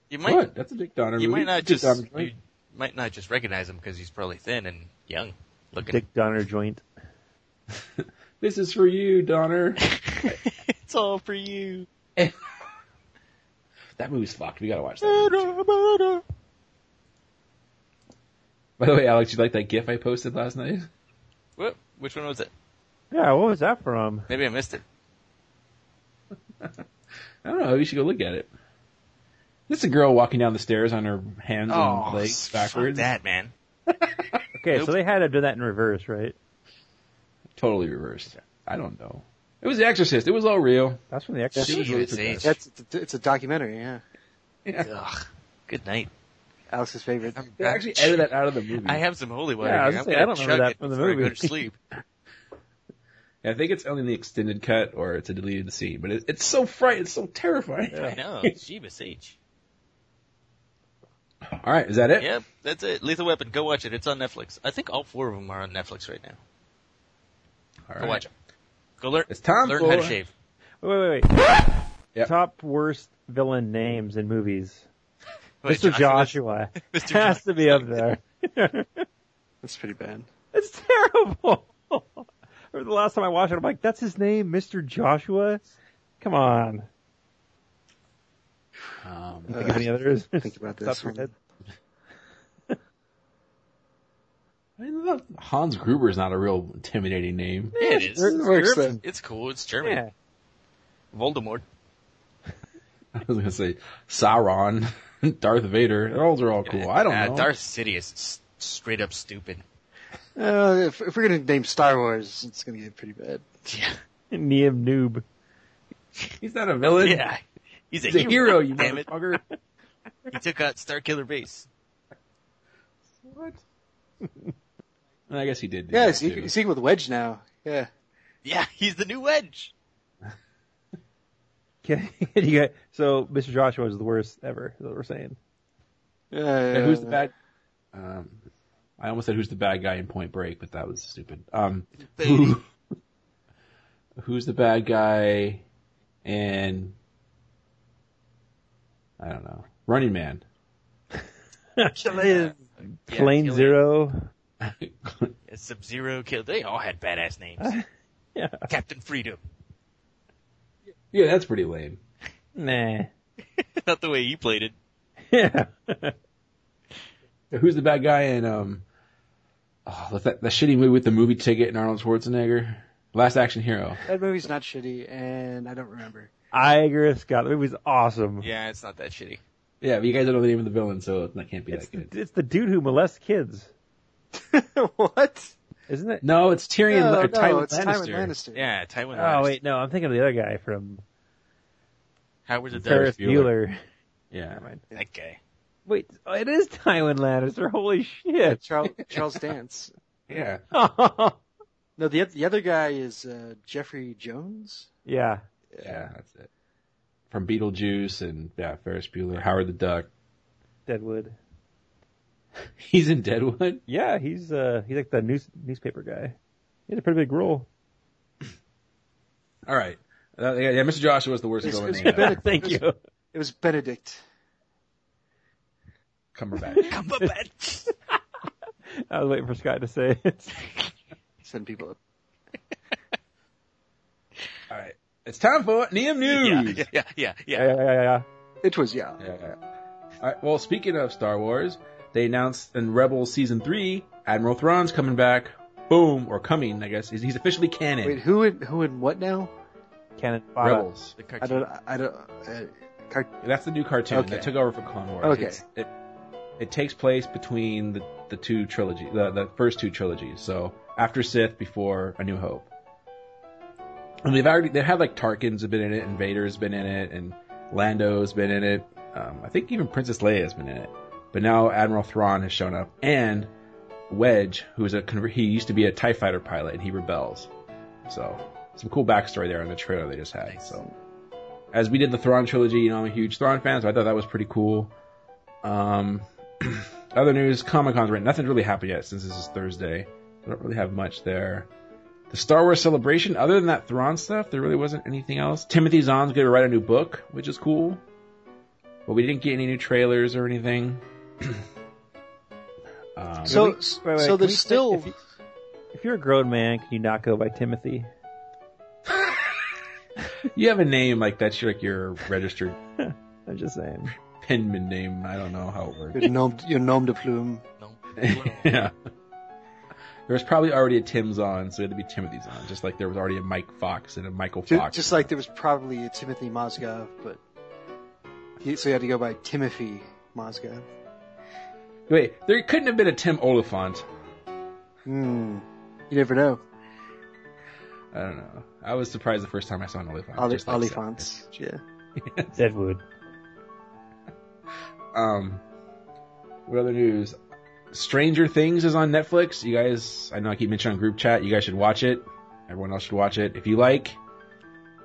Speaker 4: You might
Speaker 1: What? That's a Dick Donner
Speaker 4: you
Speaker 1: movie.
Speaker 4: might not
Speaker 1: Dick
Speaker 4: just
Speaker 1: Donner
Speaker 4: you
Speaker 1: joint.
Speaker 4: might not just recognize him because he's probably thin and young looking.
Speaker 5: Dick Donner joint.
Speaker 1: This is for you, Donner.
Speaker 4: it's all for you.
Speaker 1: that movie's fucked. We gotta watch that. By the way, Alex, you like that GIF I posted last night?
Speaker 4: What? Which one was it?
Speaker 5: Yeah, what was that from?
Speaker 4: Maybe I missed it.
Speaker 1: I don't know. You should go look at it. This is a girl walking down the stairs on her hands and legs
Speaker 4: Oh, fuck
Speaker 1: backwards.
Speaker 4: that man.
Speaker 5: Okay,
Speaker 4: Nope.
Speaker 5: so they had to do that in reverse, right?
Speaker 1: Totally reversed. I don't know. It was The Exorcist. It was all real.
Speaker 5: That's from the
Speaker 4: She
Speaker 5: Exorcist.
Speaker 4: was his age.
Speaker 3: That's it's a, it's a documentary. Yeah,
Speaker 4: Ugh. Good night.
Speaker 3: Alex's favorite.
Speaker 4: I'm
Speaker 1: They actually edited that out of the movie.
Speaker 4: I have some holy water.
Speaker 5: Yeah, I was
Speaker 4: here.
Speaker 5: gonna say,
Speaker 4: I'm
Speaker 5: I
Speaker 4: gonna
Speaker 5: don't remember
Speaker 4: chug
Speaker 5: that
Speaker 4: it
Speaker 5: from the
Speaker 4: before I go
Speaker 5: movie.
Speaker 4: to sleep.
Speaker 1: I think it's only in the extended cut or it's a deleted scene, but it, it's so fright, it's so terrifying.
Speaker 4: I know. Jeebus H.
Speaker 1: All right, is that it?
Speaker 4: Yep, that's it. Lethal Weapon. Go watch it. It's on Netflix. I think all four of them are on Netflix right now.
Speaker 1: All
Speaker 4: Go
Speaker 1: right.
Speaker 4: watch them. Go learn.
Speaker 1: It's time
Speaker 4: learn
Speaker 1: for-
Speaker 4: how to shave.
Speaker 5: Wait, wait, wait.
Speaker 1: Yep.
Speaker 5: Top worst villain names in movies.
Speaker 4: Wait,
Speaker 5: Mr.
Speaker 4: Joshua.
Speaker 5: Joshua,
Speaker 4: Mr.
Speaker 5: has to be up there.
Speaker 3: That's pretty bad.
Speaker 5: It's terrible. I remember the last time I watched it, I'm like, that's his name, Mr. Joshua? Come on.
Speaker 1: Um,
Speaker 5: Think of any others?
Speaker 3: Uh, Think about
Speaker 5: Top
Speaker 3: this.
Speaker 5: of your
Speaker 3: One.
Speaker 5: head.
Speaker 1: I love- Hans Gruber is not a real intimidating name.
Speaker 4: Yeah, it is.
Speaker 3: It works
Speaker 4: It's-
Speaker 3: then.
Speaker 4: It's cool. It's German.
Speaker 5: Yeah.
Speaker 4: Voldemort.
Speaker 1: I was gonna say Sauron, Darth Vader. Those are all cool. I don't
Speaker 4: Uh,
Speaker 1: know.
Speaker 4: Darth Sidious is straight up stupid.
Speaker 3: Uh, if, if we're gonna name Star Wars, it's gonna get pretty bad.
Speaker 4: Yeah.
Speaker 5: Neum Noob.
Speaker 1: He's not a villain.
Speaker 4: Yeah. He's a
Speaker 1: He's a hero, you
Speaker 4: damn it.
Speaker 1: motherfucker.
Speaker 4: He took out Starkiller Base.
Speaker 1: what? I guess he did. Do
Speaker 3: Yeah,
Speaker 1: that
Speaker 3: it's e-
Speaker 1: too.
Speaker 3: it's equal with Wedge now. Yeah,
Speaker 4: Yeah, he's the new Wedge.
Speaker 5: Okay. you got, so Mr. Joshua is the worst ever, is what we're saying.
Speaker 3: uh,
Speaker 1: Yeah, who's the bad? Um, I almost said who's the bad guy in Point Break, but that was stupid. Um, who, who's the bad guy in? I don't know. Running Man.
Speaker 4: Yeah,
Speaker 5: Plane
Speaker 4: Killian.
Speaker 5: Zero.
Speaker 4: Sub Zero Kill. They all had badass names.
Speaker 5: Yeah.
Speaker 4: Captain Freedom.
Speaker 1: yeah, that's pretty lame.
Speaker 5: Nah.
Speaker 4: Not the way he played it.
Speaker 5: Yeah.
Speaker 1: Who's the bad guy in um? Oh, what's that that shitty movie with the movie ticket and Arnold Schwarzenegger, Last Action Hero.
Speaker 3: That movie's not shitty, and I don't remember.
Speaker 5: Iger Scott. The movie's awesome.
Speaker 4: Yeah, it's not that shitty.
Speaker 1: Yeah, but you guys don't know the name of the villain, so that can't be
Speaker 5: It's,
Speaker 1: that good.
Speaker 5: it's the dude who molests kids.
Speaker 3: what?
Speaker 5: Isn't it?
Speaker 1: No, it's Tyrion
Speaker 3: No,
Speaker 1: or
Speaker 3: no,
Speaker 1: Tywin
Speaker 3: it's
Speaker 1: Lannister.
Speaker 3: Tywin Lannister.
Speaker 4: Yeah, Tywin.
Speaker 5: Oh
Speaker 4: Lannister.
Speaker 5: wait, no, I'm thinking of the other guy from
Speaker 4: Howard the Duck.
Speaker 5: Ferris
Speaker 1: Ferris
Speaker 5: Bueller.
Speaker 1: Bueller. Yeah,
Speaker 4: That guy.
Speaker 5: Wait, oh, it is Tywin Lannister. Holy shit!
Speaker 3: Charles, Charles Dance.
Speaker 1: yeah.
Speaker 5: yeah,
Speaker 3: No, the oth- the other guy is uh, Jeffrey Jones.
Speaker 1: Yeah, that's it. From Beetlejuice and yeah, Ferris Bueller, Howard the Duck.
Speaker 5: Deadwood.
Speaker 1: He's in Deadwood.
Speaker 5: Yeah, he's uh he's like the news newspaper guy. He had a pretty big role.
Speaker 1: All right. Uh, yeah, yeah, Mr. Joshua was the worst
Speaker 3: It's-
Speaker 1: villain
Speaker 3: it's
Speaker 1: name ever.
Speaker 3: better-
Speaker 5: Thank you.
Speaker 3: It was Benedict.
Speaker 1: Cumberbatch.
Speaker 4: Cumberbatch.
Speaker 5: I was waiting for Scott to say it.
Speaker 3: Send people up.
Speaker 1: All right. It's time for Neum
Speaker 4: yeah,
Speaker 1: News.
Speaker 4: yeah, yeah, yeah.
Speaker 5: yeah, yeah, yeah, yeah.
Speaker 3: It was yeah.
Speaker 1: Yeah. All right, well, speaking of Star Wars, they announced in Rebels season three, Admiral Thrawn's coming back. Boom, or coming, I guess. He's, he's officially canon.
Speaker 3: Wait, who in who in what now?
Speaker 5: Canon Fodder.
Speaker 1: Rebels.
Speaker 4: The
Speaker 3: I
Speaker 4: cartoon.
Speaker 3: don't. I don't. Uh, car-
Speaker 1: That's the new cartoon
Speaker 3: Okay.
Speaker 1: that took over for Clone Wars.
Speaker 3: Okay.
Speaker 1: It's- it, it takes place between the, the two trilogy, the, the first two trilogies. So after Sith, before A New Hope. And they've already they had like Tarkin's have been in it, and Vader's been in it, and Lando's been in it. Um, I think even Princess Leia's been in it. But now Admiral Thrawn has shown up, and Wedge, who's a conver- he used to be a Tie Fighter pilot, and he rebels. So some cool backstory there on the trailer they just had. So as we did the Thrawn trilogy, you know, I'm a huge Thrawn fan, so I thought that was pretty cool. Um, other news, Comic Con's right. Nothing's really happened yet since this is Thursday. I don't really have much there. The Star Wars celebration, other than that Thrawn stuff, there really wasn't anything else. Timothy Zahn's going to write a new book, which is cool. But we didn't get any new trailers or anything. um,
Speaker 3: So
Speaker 5: Really?
Speaker 3: s-
Speaker 5: Wait, wait,
Speaker 3: so
Speaker 5: can
Speaker 3: there's
Speaker 5: we-
Speaker 3: still.
Speaker 5: If, you, if you're a grown man, can you not go by Timothy?
Speaker 1: you have a name like that's your, like your registered
Speaker 5: I'm just saying.
Speaker 1: penman name. I don't know how it works.
Speaker 3: Your nom, your nom de plume.
Speaker 4: No.
Speaker 1: yeah. There was probably already a Tim's on, so it had to be Timothy's on, just like there was already a Mike Fox and a Michael
Speaker 3: Ju-
Speaker 1: Fox.
Speaker 3: Just like there was probably a Timothy Mozgov, but he, so you had to go by Timothy Mozgov.
Speaker 1: Wait, there couldn't have been a Tim Oliphant.
Speaker 3: Hmm. You never know.
Speaker 1: I don't know. I was surprised the first time I saw an Oliphant.
Speaker 3: Oli-
Speaker 1: just like
Speaker 3: Oliphants. Yeah.
Speaker 5: Deadwood.
Speaker 1: that. Um, what other news? Stranger Things is on Netflix. You guys, I know I keep mentioning on group chat. You guys should watch it. Everyone else should watch it if you like.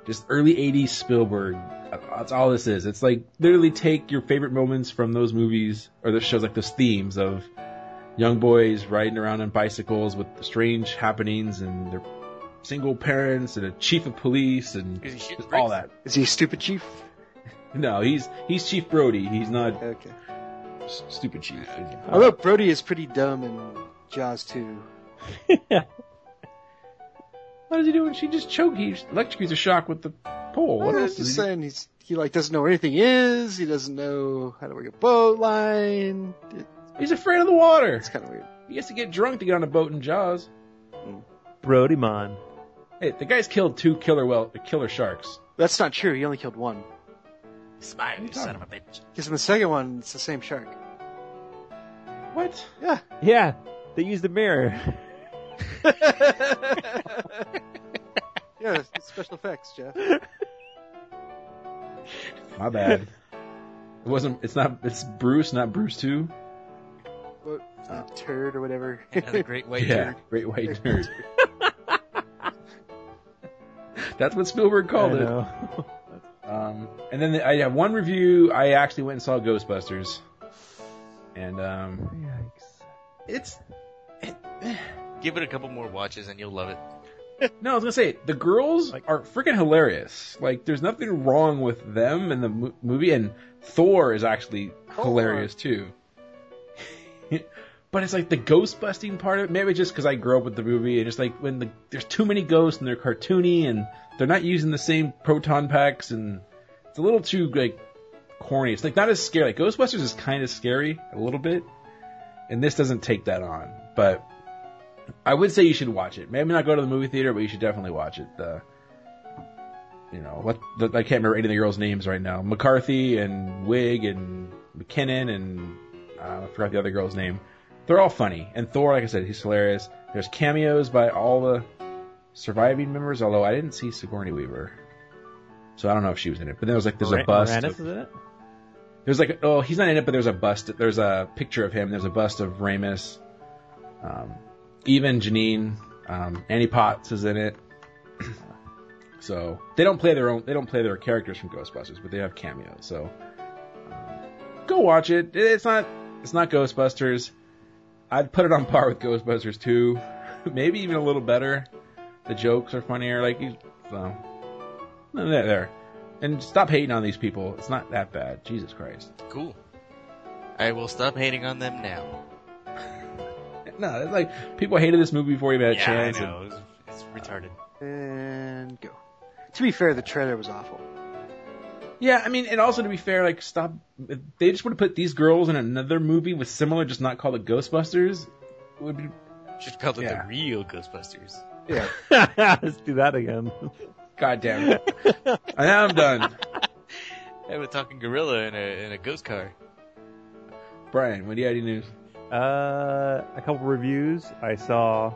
Speaker 1: Just early '80s Spielberg. That's all this is. It's like literally take your favorite moments from those movies or those shows, like those themes of young boys riding around on bicycles with strange happenings and their single parents and a chief of police and
Speaker 4: Is he shooting
Speaker 1: all
Speaker 4: bricks?
Speaker 1: that.
Speaker 3: Is he a stupid chief?
Speaker 1: No, he's he's Chief Brody. He's not
Speaker 3: Okay.
Speaker 1: s- stupid chief.
Speaker 3: Although Brody is pretty dumb in Jaws too.
Speaker 1: What does he do when she just choke? He electrocutes a shock with the pole. What
Speaker 3: I'm
Speaker 1: else does
Speaker 3: just
Speaker 1: he do?
Speaker 3: saying he's he like doesn't know where anything is. He doesn't know how to work a boat line. It-
Speaker 1: He's afraid of the water.
Speaker 3: It's kind of weird.
Speaker 1: He has to get drunk to get on a boat in Jaws.
Speaker 5: Brodymon.
Speaker 1: Hey, the guy's killed two killer well killer sharks.
Speaker 3: That's not true. He only killed one.
Speaker 4: Smile, you
Speaker 1: talking
Speaker 4: son of a bitch.
Speaker 3: Because in the second one, it's the same shark.
Speaker 1: What?
Speaker 3: Yeah.
Speaker 5: Yeah, they used the mirror.
Speaker 3: Yeah, it's- it's special effects, Jeff.
Speaker 1: My bad. it wasn't. It's not. It's Bruce, not Bruce Two.
Speaker 3: What, uh, turd or whatever.
Speaker 4: Another great white
Speaker 1: Yeah,
Speaker 4: turd.
Speaker 1: Great White Nerd. That's what Spielberg called
Speaker 5: I
Speaker 1: it.
Speaker 5: know.
Speaker 1: Um, and then the, I have one review. I actually went and saw Ghostbusters, and um,
Speaker 5: Yikes.
Speaker 1: it's
Speaker 4: Give it a couple more watches and you'll love it.
Speaker 1: no. I was gonna say the girls
Speaker 5: Like-
Speaker 1: are freaking hilarious. Like, there's nothing wrong with them in the mo- movie, and Thor is actually hilarious too. but it's like the ghost busting part of it. Maybe just because I grew up with the movie, and it's like when the, there's too many ghosts and they're cartoony and they're not using the same proton packs, and it's a little too like corny. It's like not as scary. Like Ghostbusters is kind of scary a little bit, and this doesn't take that on. But I would say you should watch it. Maybe not go to the movie theater, but you should definitely watch it. The you know, what the, I can't remember any of the girls' names right now. McCarthy and Wig and McKinnon and uh, I forgot the other girl's name. They're all funny, and Thor, like I said, he's hilarious. There's cameos by all the surviving members, although I didn't see Sigourney Weaver, so I don't know if she was in it. But then it was like there's a
Speaker 5: Moran-
Speaker 1: bust.
Speaker 5: Moranis
Speaker 1: of-
Speaker 5: is in it?
Speaker 1: there's like, oh, he's not in it, but there's a bust. There's a picture of him. There's a bust of Ramus. Um, even Janine, um, Annie Potts is in it. so they don't play their own. They don't play their characters from Ghostbusters, but they have cameos. So um, go watch it. It- It's not. It's not Ghostbusters. I'd put it on par with Ghostbusters 2, maybe even a little better. The jokes are funnier. Like you, so there, there. And stop hating on these people. It's not that bad. Jesus Christ.
Speaker 4: Cool. I will stop hating on them now.
Speaker 1: No, it's like people hated this movie before you had a
Speaker 4: yeah,
Speaker 1: chance.
Speaker 4: I
Speaker 1: and-
Speaker 4: know. It's, it's retarded.
Speaker 3: And go. To be fair, the trailer was awful.
Speaker 1: Yeah, I mean, and also to be fair, like, stop. If they just would have put these girls in another movie with similar, just not called it Ghostbusters. it Would be
Speaker 4: Should call it
Speaker 1: Yeah.
Speaker 4: the real Ghostbusters.
Speaker 3: Yeah.
Speaker 5: Let's do that again.
Speaker 1: goddamn it. and now I'm done.
Speaker 4: I have a talking gorilla in a in a ghost car.
Speaker 1: Brian, what do you have any news?
Speaker 5: Uh, a couple reviews I saw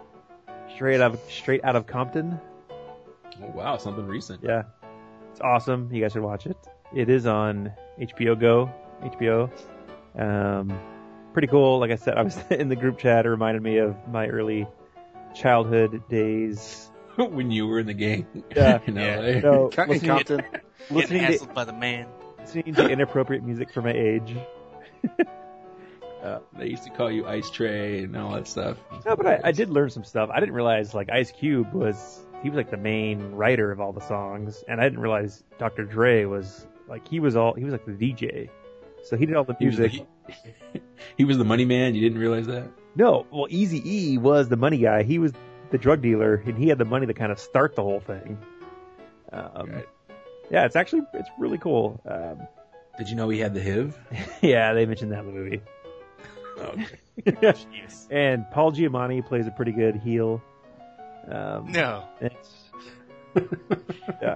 Speaker 5: straight out of straight out of Compton.
Speaker 1: Oh, wow, something recent.
Speaker 5: Yeah, it's awesome. You guys should watch it. It is on HBO Go. HBO. Um, pretty cool. Like I said, I was in the group chat. It reminded me of my early childhood days.
Speaker 1: when you were in the gang.
Speaker 5: Yeah.
Speaker 1: in
Speaker 4: Yeah.
Speaker 1: LA.
Speaker 5: So
Speaker 3: Ca- In
Speaker 5: listening,
Speaker 3: Compton.
Speaker 4: Getting
Speaker 5: listening to
Speaker 4: hassled by the man.
Speaker 5: listening to inappropriate music for my age.
Speaker 1: Uh, They used to call you Ice Tray and all that stuff.
Speaker 5: No, but I, I did learn some stuff. I didn't realize like Ice Cube was he was like the main writer of all the songs, and I didn't realize Dr. Dre was like he was all he was like the DJ, so he did all the
Speaker 1: He was, the,
Speaker 5: music.
Speaker 1: he, he was the money man. You didn't realize that?
Speaker 5: No, well, Easy E was the money guy. He was the drug dealer, and he had the money to kind of start the whole thing. Um,
Speaker 1: Right.
Speaker 5: Yeah, it's actually it's really cool. Um,
Speaker 1: Did you know he had the HIV?
Speaker 5: yeah, they mentioned that in the movie.
Speaker 1: Okay.
Speaker 4: Jeez.
Speaker 5: And Paul Giamatti plays a pretty good heel. Um,
Speaker 4: No.
Speaker 5: It's, yeah.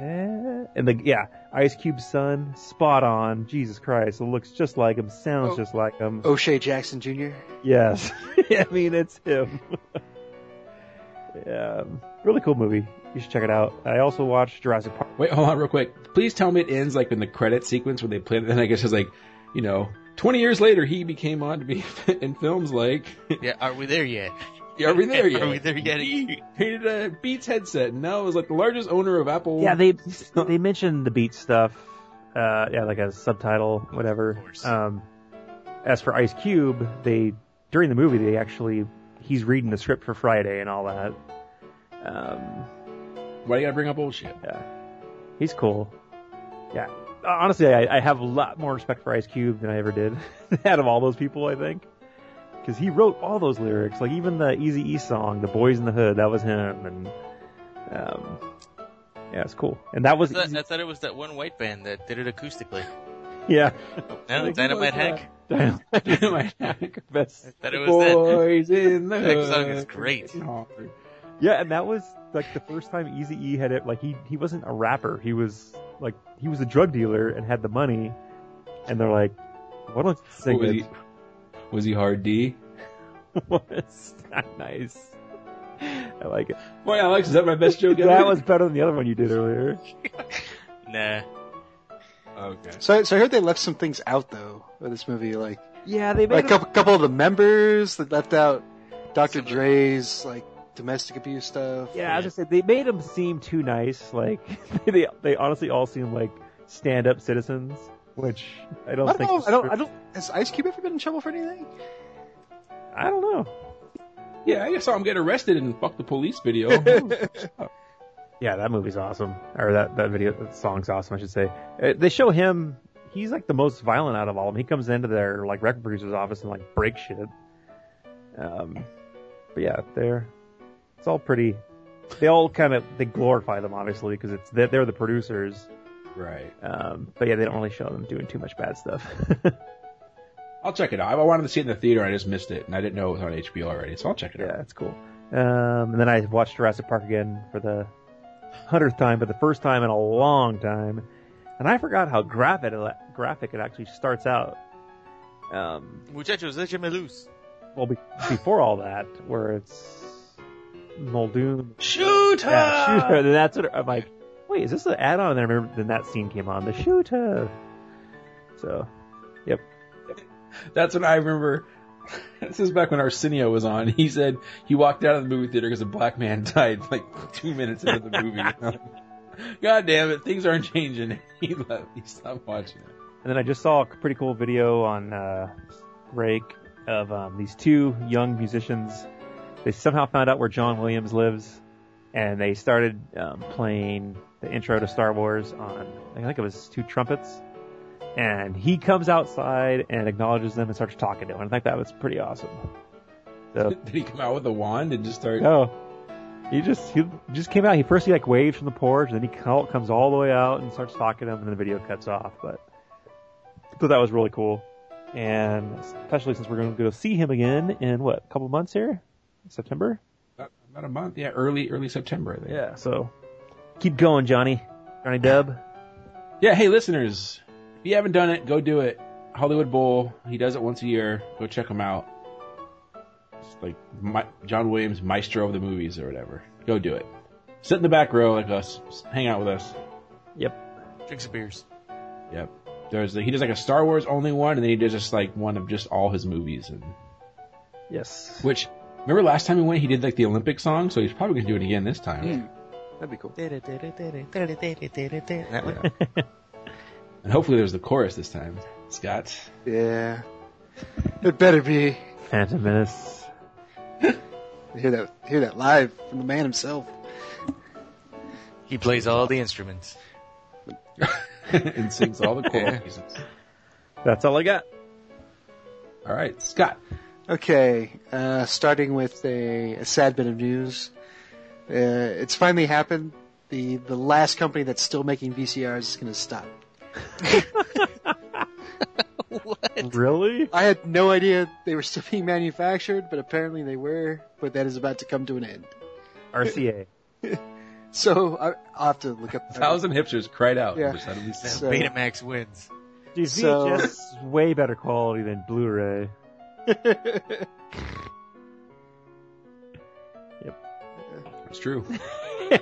Speaker 5: Eh, And the yeah, Ice Cube's son, spot on. Jesus Christ, it looks just like him, sounds
Speaker 3: Oh.
Speaker 5: just like him.
Speaker 3: O'Shea Jackson Jr.
Speaker 5: Yes, I mean it's him. yeah, really cool movie. You should check it out. I also watched Jurassic Park.
Speaker 1: Wait, hold on real quick. Please tell me it ends like in the credit sequence where they play it. And I guess it's like, you know, 20 years later, he became on to be in films like,
Speaker 4: Yeah, are we there yet?
Speaker 1: Are We There Yet?
Speaker 4: Are we there yet?
Speaker 1: hated a Beats headset and now is like the largest owner of Apple.
Speaker 5: Yeah, they they mentioned the beat stuff. Uh, yeah, like a subtitle, whatever.
Speaker 4: Of course.
Speaker 5: Um, as for Ice Cube, they during the movie they actually he's reading the script for Friday and all that. Um,
Speaker 1: Why do you gotta bring up old shit?
Speaker 5: he's cool. Yeah, Uh, honestly, I, I have a lot more respect for Ice Cube than I ever did out of all those people. I think because he wrote all those lyrics, like even the Easy E song, "The Boys in the Hood," that was him, and um, yeah, it's cool. And that was
Speaker 4: I thought,
Speaker 5: Eazy-
Speaker 4: I thought it was that one white band that did it acoustically.
Speaker 5: yeah.
Speaker 4: No, Dynamite Hack.
Speaker 5: Dynamite
Speaker 1: My
Speaker 5: Best.
Speaker 4: I thought it was that.
Speaker 1: Boys in the
Speaker 4: That song is
Speaker 1: hood.
Speaker 4: great.
Speaker 5: Yeah, and that was like the first time Easy E had it. Like he he wasn't a rapper. He was like he was a drug dealer and had the money. And they're like, why don't you sing
Speaker 1: What was,
Speaker 5: it?
Speaker 1: he, was he hard D?
Speaker 5: was not nice. I like it.
Speaker 1: Why, Alex? Is that my best joke ever?
Speaker 5: That was better than the other one you did earlier.
Speaker 4: Nah.
Speaker 1: okay.
Speaker 3: So, I- so I heard they left some things out though of this movie, like
Speaker 5: Yeah, they
Speaker 3: like a couple, couple of the members that left out Dr. Dre's like domestic abuse stuff.
Speaker 5: yeah, I was just saying they made them seem too nice. Like they they honestly all seem like stand up citizens, which I don't
Speaker 3: I don't
Speaker 5: think.
Speaker 3: know.
Speaker 5: is
Speaker 3: I don't.
Speaker 5: true.
Speaker 3: I don't. Has Ice Cube ever been in trouble for anything?
Speaker 5: I don't know.
Speaker 1: Yeah, I saw him get arrested in "Fuck the Police" video. Ooh.
Speaker 5: Yeah, that movie's awesome, or that that video that song's awesome, I should say. Uh, They show him. He's like the most violent out of all of them. He comes into their like record producer's office and like breaks shit. Um, but yeah, they're it's all pretty. They all kind of they glorify them obviously because it's they're, they're the producers.
Speaker 1: right.
Speaker 5: Um, but yeah, they don't really show them doing too much bad stuff.
Speaker 1: I'll check it out. I wanted to see it in the theater. I just missed it, and I didn't know it was on HBO already. So I'll check it out.
Speaker 5: yeah, it's cool. Um, and then I watched Jurassic Park again for the hundredth time, but the first time in a long time. And I forgot how graphic it, graphic it actually starts out. Um,
Speaker 4: Muchachos, échame luz.
Speaker 5: well, be- before all that, where it's Muldoon.
Speaker 1: Shoot her!
Speaker 5: Yeah, shooter. And that's what I'm like. Wait, is this an add-on? And I remember then that scene came on the shooter. So
Speaker 1: That's when I remember. This is back when Arsenio was on. He said he walked out of the movie theater because a black man died like two minutes into the movie. God damn it, things aren't changing. He left. He stopped watching it.
Speaker 5: And then I just saw a pretty cool video on uh, Rake of um, these two young musicians. They somehow found out where John Williams lives, and they started um, playing the intro to Star Wars on I think it was two trumpets. And he comes outside and acknowledges them and starts talking to them. I think that was pretty awesome. So,
Speaker 1: Did he come out with a wand and just start?
Speaker 5: oh, He just he just came out. He first he like waves from the porch, and then he call, comes all the way out and starts talking to him, and then the video cuts off. But so that was really cool, and especially since we're going to go see him again in what a couple months here, September.
Speaker 1: About, Uh, about a month, yeah, early early September. I think.
Speaker 5: Yeah. So keep going, Johnny, Johnny Deb.
Speaker 1: Yeah, hey listeners, if you haven't done it, go do it. Hollywood Bowl, he does it once a year. Go check him out. It's like my, John Williams, maestro of the movies or whatever. Go do it. Sit in the back row like us. Just Hang out with us.
Speaker 4: Drink some beers.
Speaker 1: Yep. There's the, he does like a Star Wars only one, and then he does just like one of just all his movies. And
Speaker 5: Yes.
Speaker 1: which remember last time he went, he did like the Olympic song, so he's probably gonna do it again this time.
Speaker 3: That'd be cool.
Speaker 4: That one.
Speaker 1: And hopefully there's the chorus this time. Scott.
Speaker 3: Yeah. It better be.
Speaker 5: Phantom Menace.
Speaker 3: Hear that? Hear that live from the man himself.
Speaker 4: He plays all the instruments.
Speaker 1: and sings all the choral pieces.
Speaker 5: That's all I got.
Speaker 1: All right, Scott.
Speaker 3: Okay, uh, starting with a, a sad bit of news. Uh, it's finally happened. The the last company that's still making VCRs is going to stop.
Speaker 5: Really?
Speaker 3: I had no idea they were still being manufactured, but apparently they were. But that is about to come to an end.
Speaker 5: RCA.
Speaker 3: So I, I'll have to look up.
Speaker 1: Thousand hipsters cried out.
Speaker 3: Yeah.
Speaker 1: Just out of these-
Speaker 4: Now
Speaker 3: So-
Speaker 4: Betamax wins.
Speaker 5: Dude,
Speaker 3: So-
Speaker 5: VHS is way better quality than Blu-ray.
Speaker 1: It's true.
Speaker 3: I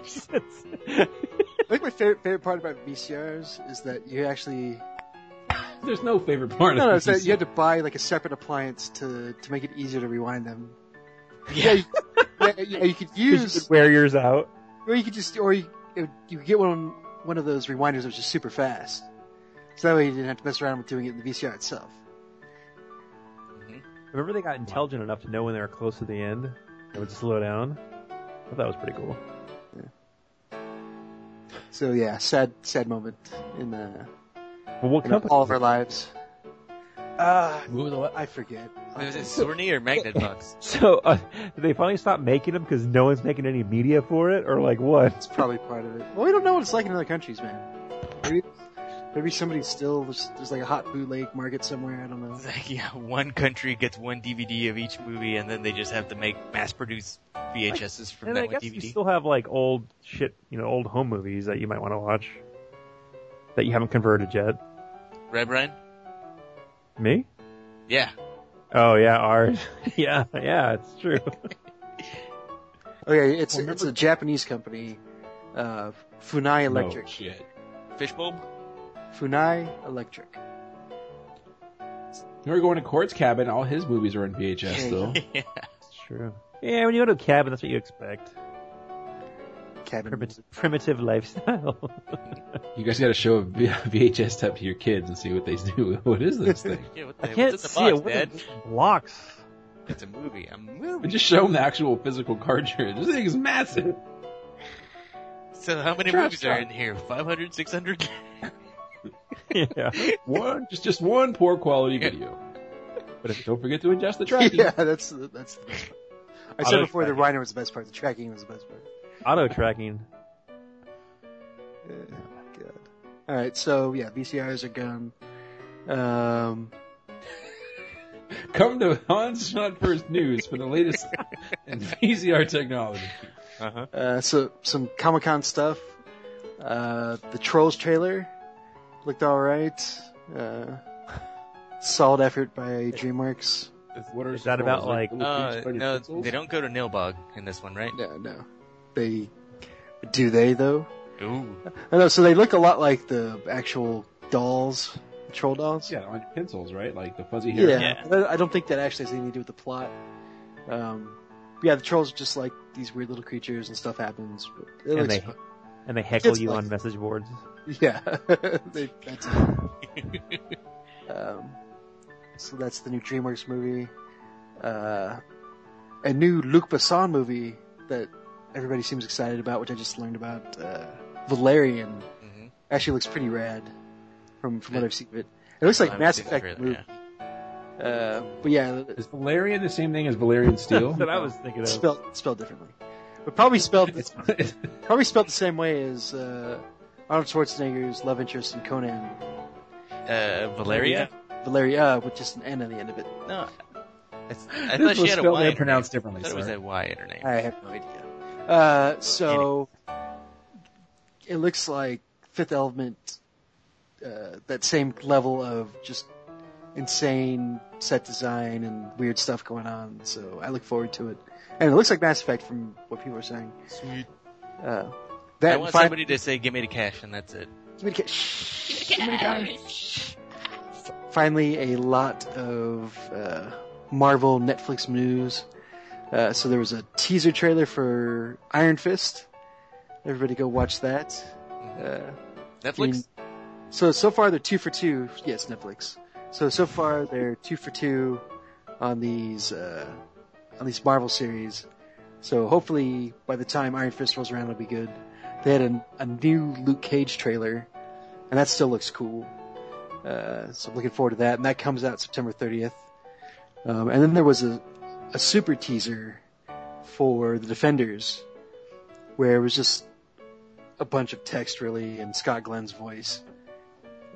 Speaker 3: think my favorite, favorite part about VCRs is that you actually
Speaker 1: There's no favorite part
Speaker 3: no, no,
Speaker 1: of
Speaker 3: it's
Speaker 1: this.
Speaker 3: that you had to buy like a separate appliance to to make it easier to rewind them.
Speaker 4: Yeah.
Speaker 3: you- yeah, yeah, you could
Speaker 5: you
Speaker 3: use
Speaker 5: could wear yours out.
Speaker 3: Or you could just, or you, it- you could get one one of those rewinders that was just super fast. So that way you didn't have to mess around with doing it in the VCR itself.
Speaker 5: Remember they got intelligent enough to know when they were close to the end. They would slow down. I thought that was pretty cool.
Speaker 3: So yeah, sad sad moment in, uh,
Speaker 5: Well, what
Speaker 3: in all of our lives. Uh,
Speaker 1: What was the la-
Speaker 3: I forget.
Speaker 4: Is Ah. it Sony or Magnetbox?
Speaker 5: So, uh, did they finally stop making them because no one's making any media for it, or like what?
Speaker 3: It's probably part of it. Well, we don't know what it's like in other countries, man. Maybe, maybe somebody's still there's, there's like a hot bootleg market somewhere. I don't know.
Speaker 4: It's like, yeah, one country gets one DVD of each movie, and then they just have to make mass-produced VHSs from
Speaker 5: And
Speaker 4: that
Speaker 5: I
Speaker 4: one
Speaker 5: guess you
Speaker 4: DVD.
Speaker 5: still have like old shit, you know, old home movies that you might want to watch that you haven't converted yet.
Speaker 4: Right, Brian?
Speaker 5: Me?
Speaker 4: Yeah.
Speaker 5: Oh yeah, ours. yeah, yeah, it's true.
Speaker 3: Okay, Oh it's it's a Japanese company, uh, Funai Electric.
Speaker 1: No, shit.
Speaker 4: Fishbowl?
Speaker 3: Funai Electric.
Speaker 1: We were going to Court's cabin. All his movies are on VHS though.
Speaker 4: yeah.
Speaker 5: It's true. Yeah, when you go to a cabin, that's what you expect.
Speaker 3: Cabin.
Speaker 5: Primitive, primitive lifestyle.
Speaker 1: You guys got to show a V- VHS stuff to your kids and see what they do. What is this thing?
Speaker 4: Yeah, what
Speaker 5: I
Speaker 4: the,
Speaker 5: can't
Speaker 4: what's in the
Speaker 5: see
Speaker 4: box,
Speaker 5: it. What
Speaker 4: Dad?
Speaker 5: are blocks.
Speaker 4: It's a movie. A movie.
Speaker 1: And just show them the actual physical cartridge. This thing is massive.
Speaker 4: So how many
Speaker 1: Trash
Speaker 4: movies are in
Speaker 1: talk.
Speaker 4: here? 500, 600?
Speaker 5: yeah.
Speaker 1: One, just just one poor quality video. But if, don't forget to adjust the tracking.
Speaker 3: Yeah, that's that's. I said
Speaker 5: Auto
Speaker 3: before the
Speaker 5: tracking.
Speaker 3: Reiner was the best part. The tracking was the best part.
Speaker 5: Auto tracking.
Speaker 3: Yeah, God. All right, so yeah, VCRs are gone. Um,
Speaker 1: Come to Hans Not First News for the latest in VCR technology.
Speaker 4: Uh-huh.
Speaker 3: uh, so some Comic Con stuff. Uh, the Trolls trailer looked all right. Uh, solid effort by DreamWorks.
Speaker 1: What are
Speaker 5: Is that about, like,
Speaker 4: Uh,
Speaker 1: little
Speaker 4: no,
Speaker 1: pencils?
Speaker 4: they don't go to Nilbog in this one, right?
Speaker 3: No, no, they do they though.
Speaker 4: Ooh.
Speaker 3: I know. So they look a lot like the actual dolls, the troll dolls.
Speaker 1: Yeah, on pencils, right? Like the fuzzy hair.
Speaker 3: Yeah, I- I don't think that actually has anything to do with the plot. Um, yeah, the trolls are just like these weird little creatures and stuff happens. But it
Speaker 5: And
Speaker 3: looks
Speaker 5: they and they heckle
Speaker 3: It's
Speaker 5: you
Speaker 3: like-
Speaker 5: on message boards.
Speaker 3: yeah, they, that's it. um, so that's the new DreamWorks movie, uh, a new Luc Besson movie that everybody seems excited about, which I just learned about. Uh, Valerian
Speaker 4: Mhm.
Speaker 3: actually looks pretty rad from from what
Speaker 4: Yeah.
Speaker 3: I've seen of Mm-hmm. it. It looks like
Speaker 4: I've
Speaker 3: Mass
Speaker 4: seen the
Speaker 3: Effect
Speaker 4: trailer,
Speaker 3: movie. Uh, but yeah,
Speaker 1: Is Valerian the same thing as Valerian Steel?
Speaker 5: That's what I was thinking of.
Speaker 3: spelled spelled differently. But probably spelled
Speaker 1: It's,
Speaker 3: probably spelled the same way as uh, Arnold Schwarzenegger's love interest in Conan,
Speaker 4: Uh, Valeria?
Speaker 3: Valeria, with just an N on the end of it.
Speaker 4: No. I, I thought she had a
Speaker 1: spelled
Speaker 4: Y. in
Speaker 1: and
Speaker 4: her
Speaker 1: pronounced
Speaker 4: name.
Speaker 1: differently.
Speaker 4: I thought it was
Speaker 1: sir.
Speaker 4: a Y in her name.
Speaker 3: I have no idea. Uh, so it looks like Fifth Element, uh, that same level of just insane set design and weird stuff going on. So I look forward to it, and it looks like Mass Effect from what people are saying.
Speaker 4: Sweet.
Speaker 3: Uh,
Speaker 4: I
Speaker 3: that
Speaker 4: want
Speaker 3: fi-
Speaker 4: somebody to say, give me the cash, and that's it.
Speaker 3: communica- shh, communication. Finally, a lot of uh, Marvel Netflix news. Uh, so there was a teaser trailer for Iron Fist. Everybody go watch that. Uh,
Speaker 4: Netflix?
Speaker 3: mean, so so far they're two for two. Yes, Netflix. So so far they're two for two on these uh, on these Marvel series. So hopefully by the time Iron Fist rolls around, it'll be good. They had a, a new Luke Cage trailer, and that still looks cool. Uh, so I'm looking forward to that, and that comes out September 30th. Um, and then there was a, a super teaser for the Defenders, where it was just a bunch of text really and Scott Glenn's voice.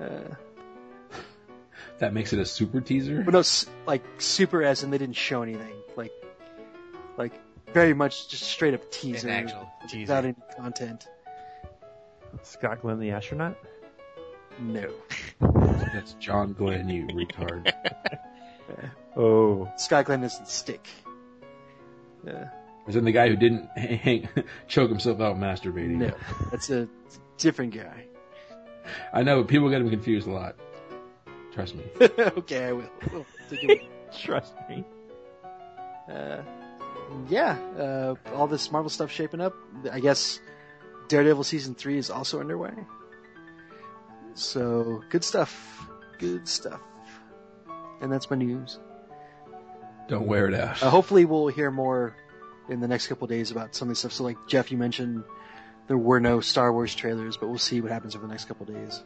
Speaker 3: Uh,
Speaker 1: That makes it a super teaser.
Speaker 3: but no, s- like super as in they didn't show anything. Like, like very much just straight up teaser
Speaker 4: An actual teaser.
Speaker 3: without any content.
Speaker 5: Scott Glenn, the astronaut.
Speaker 3: No,
Speaker 1: That's John Glenn, you retard.
Speaker 5: Oh,
Speaker 3: Scott Glenn doesn't stick. Yeah,
Speaker 1: As in the guy who didn't hang, choke himself out masturbating.
Speaker 3: no, that's a different guy.
Speaker 1: I know, but people get him confused a lot. Trust me.
Speaker 3: okay, I will. We'll take it with-
Speaker 5: trust me.
Speaker 3: Uh, yeah, uh, all this Marvel stuff shaping up. I guess Daredevil season three is also underway. So good stuff, good stuff. And that's my news.
Speaker 1: Don't wear it out.
Speaker 3: Uh, hopefully, we'll hear more in the next couple of days about some of this stuff. So, like Jeff, you mentioned there were no Star Wars trailers, but we'll see what happens over the next couple of days.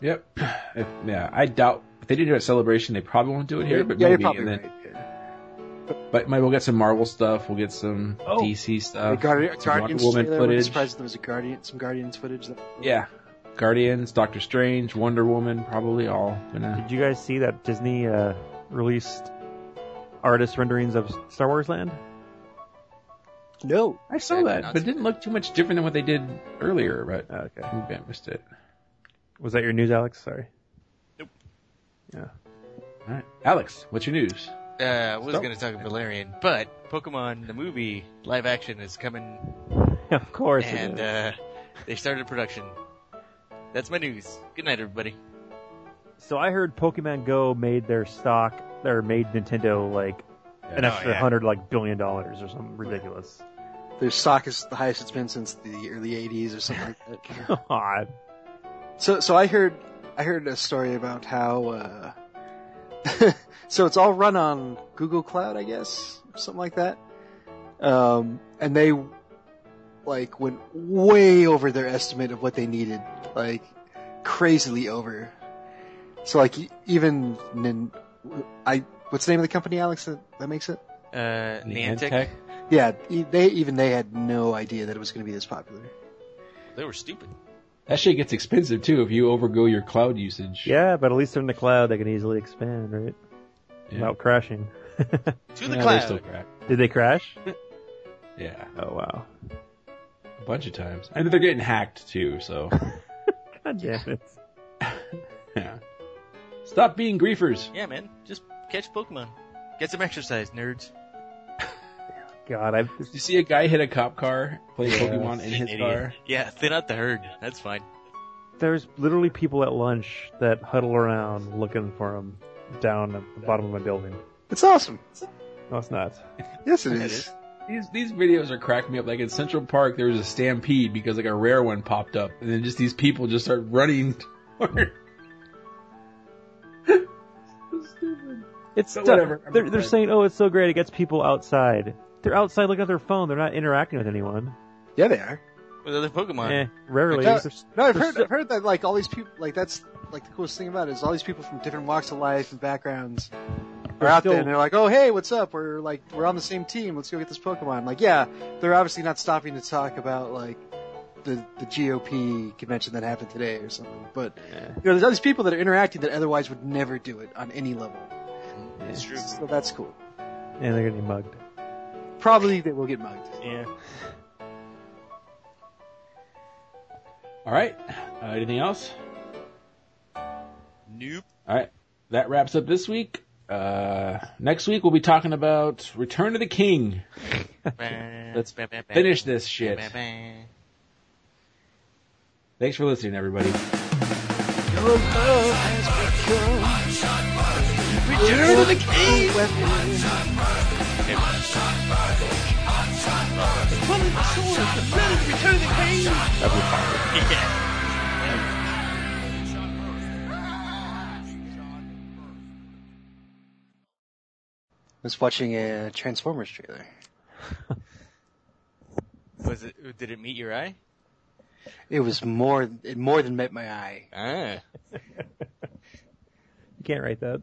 Speaker 1: Yep. If, yeah, I doubt if they did do a celebration. They probably won't do it here, but
Speaker 3: yeah,
Speaker 1: maybe.
Speaker 3: you're probably
Speaker 1: and then,
Speaker 3: right. yeah.
Speaker 1: But maybe we'll get some Marvel stuff. We'll get some
Speaker 5: Oh.
Speaker 1: DC
Speaker 3: The
Speaker 1: stuff.
Speaker 3: Guardi-
Speaker 1: uh, some
Speaker 3: Guardians
Speaker 1: Wonder
Speaker 3: trailer.
Speaker 1: Woman
Speaker 3: Would be
Speaker 1: footage.
Speaker 3: surprised if there was a Guardian, some Guardians footage. That-
Speaker 1: Yeah, Guardians, Doctor Strange, Wonder Woman, probably all gonna.
Speaker 5: Did you guys see that Disney uh, released artist renderings of Star Wars Land?
Speaker 3: no,
Speaker 1: I
Speaker 4: I
Speaker 1: saw
Speaker 4: did
Speaker 1: that,
Speaker 4: not
Speaker 1: but it
Speaker 4: see
Speaker 1: didn't look too much different than what they did earlier. But
Speaker 5: Okay.
Speaker 1: maybe I missed it.
Speaker 5: Was that your news, Alex? Sorry.
Speaker 1: All right, Alex, what's your news?
Speaker 4: Uh, I was
Speaker 1: Stop.
Speaker 4: going to talk about Valerian, but Pokemon the movie live action is coming,
Speaker 5: of course. it
Speaker 4: and
Speaker 5: is.
Speaker 4: uh, they started production. That's my news. Good night, everybody.
Speaker 5: so I heard Pokemon Go made their stock, or made Nintendo like an
Speaker 4: Yeah.
Speaker 5: extra
Speaker 4: Oh, yeah.
Speaker 5: hundred like billion dollars or something ridiculous.
Speaker 3: Their stock is the highest it's been since the early '80s or something like that.
Speaker 5: God.
Speaker 3: so, so I heard, I heard a story about how. Uh, so it's all run on Google Cloud, I guess, something like that. Um, and they, like, went way over their estimate of what they needed, like, crazily over. So, like, e- even Nin, I, what's the name of the company, Alex? That, that makes it.
Speaker 4: Uh, Niantic,
Speaker 3: Yeah, e- they even they had no idea that it was going to be this popular.
Speaker 4: they were stupid.
Speaker 1: That shit gets expensive too if you overgo your cloud usage.
Speaker 5: Yeah, but at least they're in the cloud. They can easily expand, right?
Speaker 1: Yeah.
Speaker 5: Without crashing.
Speaker 4: To the
Speaker 1: Yeah, they
Speaker 4: cloud.
Speaker 1: still crack.
Speaker 5: Did they crash?
Speaker 1: Yeah,
Speaker 5: Oh wow.
Speaker 1: a bunch of times, and they're getting hacked too. So
Speaker 5: God damn it.
Speaker 1: yeah. stop being griefers.
Speaker 4: Yeah, man. Just catch Pokemon. Get some exercise, nerds.
Speaker 5: God, I've
Speaker 1: Did you see a guy hit a cop car playing
Speaker 5: Yeah.
Speaker 1: Pokemon in his
Speaker 4: Idiot.
Speaker 1: car?
Speaker 4: Yeah, thin out the herd. That's fine.
Speaker 5: There's literally people at lunch that huddle around looking for him down at the bottom of a building.
Speaker 3: It's awesome.
Speaker 5: No, it's not.
Speaker 3: Yes, it
Speaker 1: It
Speaker 3: is.
Speaker 1: is. These these videos are cracking me up. Like in Central Park, there was a stampede because like a rare one popped up, and then just these people just start running. toward-
Speaker 5: It's
Speaker 1: But
Speaker 5: stuff-
Speaker 1: whatever. I'm
Speaker 5: They're, they're
Speaker 1: glad.
Speaker 5: saying, "Oh, it's so great. It gets people outside. They're outside looking at their phone. They're not interacting with anyone.
Speaker 3: Yeah, they are.
Speaker 4: With other Pokemon.
Speaker 5: Eh, rarely.
Speaker 3: Yeah.
Speaker 5: There's-
Speaker 3: uh, No, I've heard, I've heard that like all these people, like that's like the coolest thing about it is all these people from different walks of life and backgrounds are out there
Speaker 5: still-
Speaker 3: and they're like, "Oh, hey, what's up? We're like, we're on the same team. Let's go get this Pokemon." Like, yeah, they're obviously not stopping to talk about like the the GOP convention that happened today or something. But you know, there's all these people that are interacting that otherwise would never do it on any level.
Speaker 4: It's true.
Speaker 3: So that's cool.
Speaker 5: and they're gonna be mugged.
Speaker 3: Probably they will get mugged.
Speaker 4: Yeah.
Speaker 1: All right. Uh, anything else?
Speaker 4: Nope.
Speaker 1: All right. That wraps up this week. Uh, next week we'll be talking about Return of the King.
Speaker 4: Let's
Speaker 1: finish this shit.
Speaker 4: Bye.
Speaker 1: Thanks for listening, everybody.
Speaker 3: Your love has become Return of the King. I was watching a Transformers trailer.
Speaker 4: Was it? Did it meet your eye?
Speaker 3: It was more, it more than met my eye.
Speaker 4: Ah.
Speaker 5: You can't write that.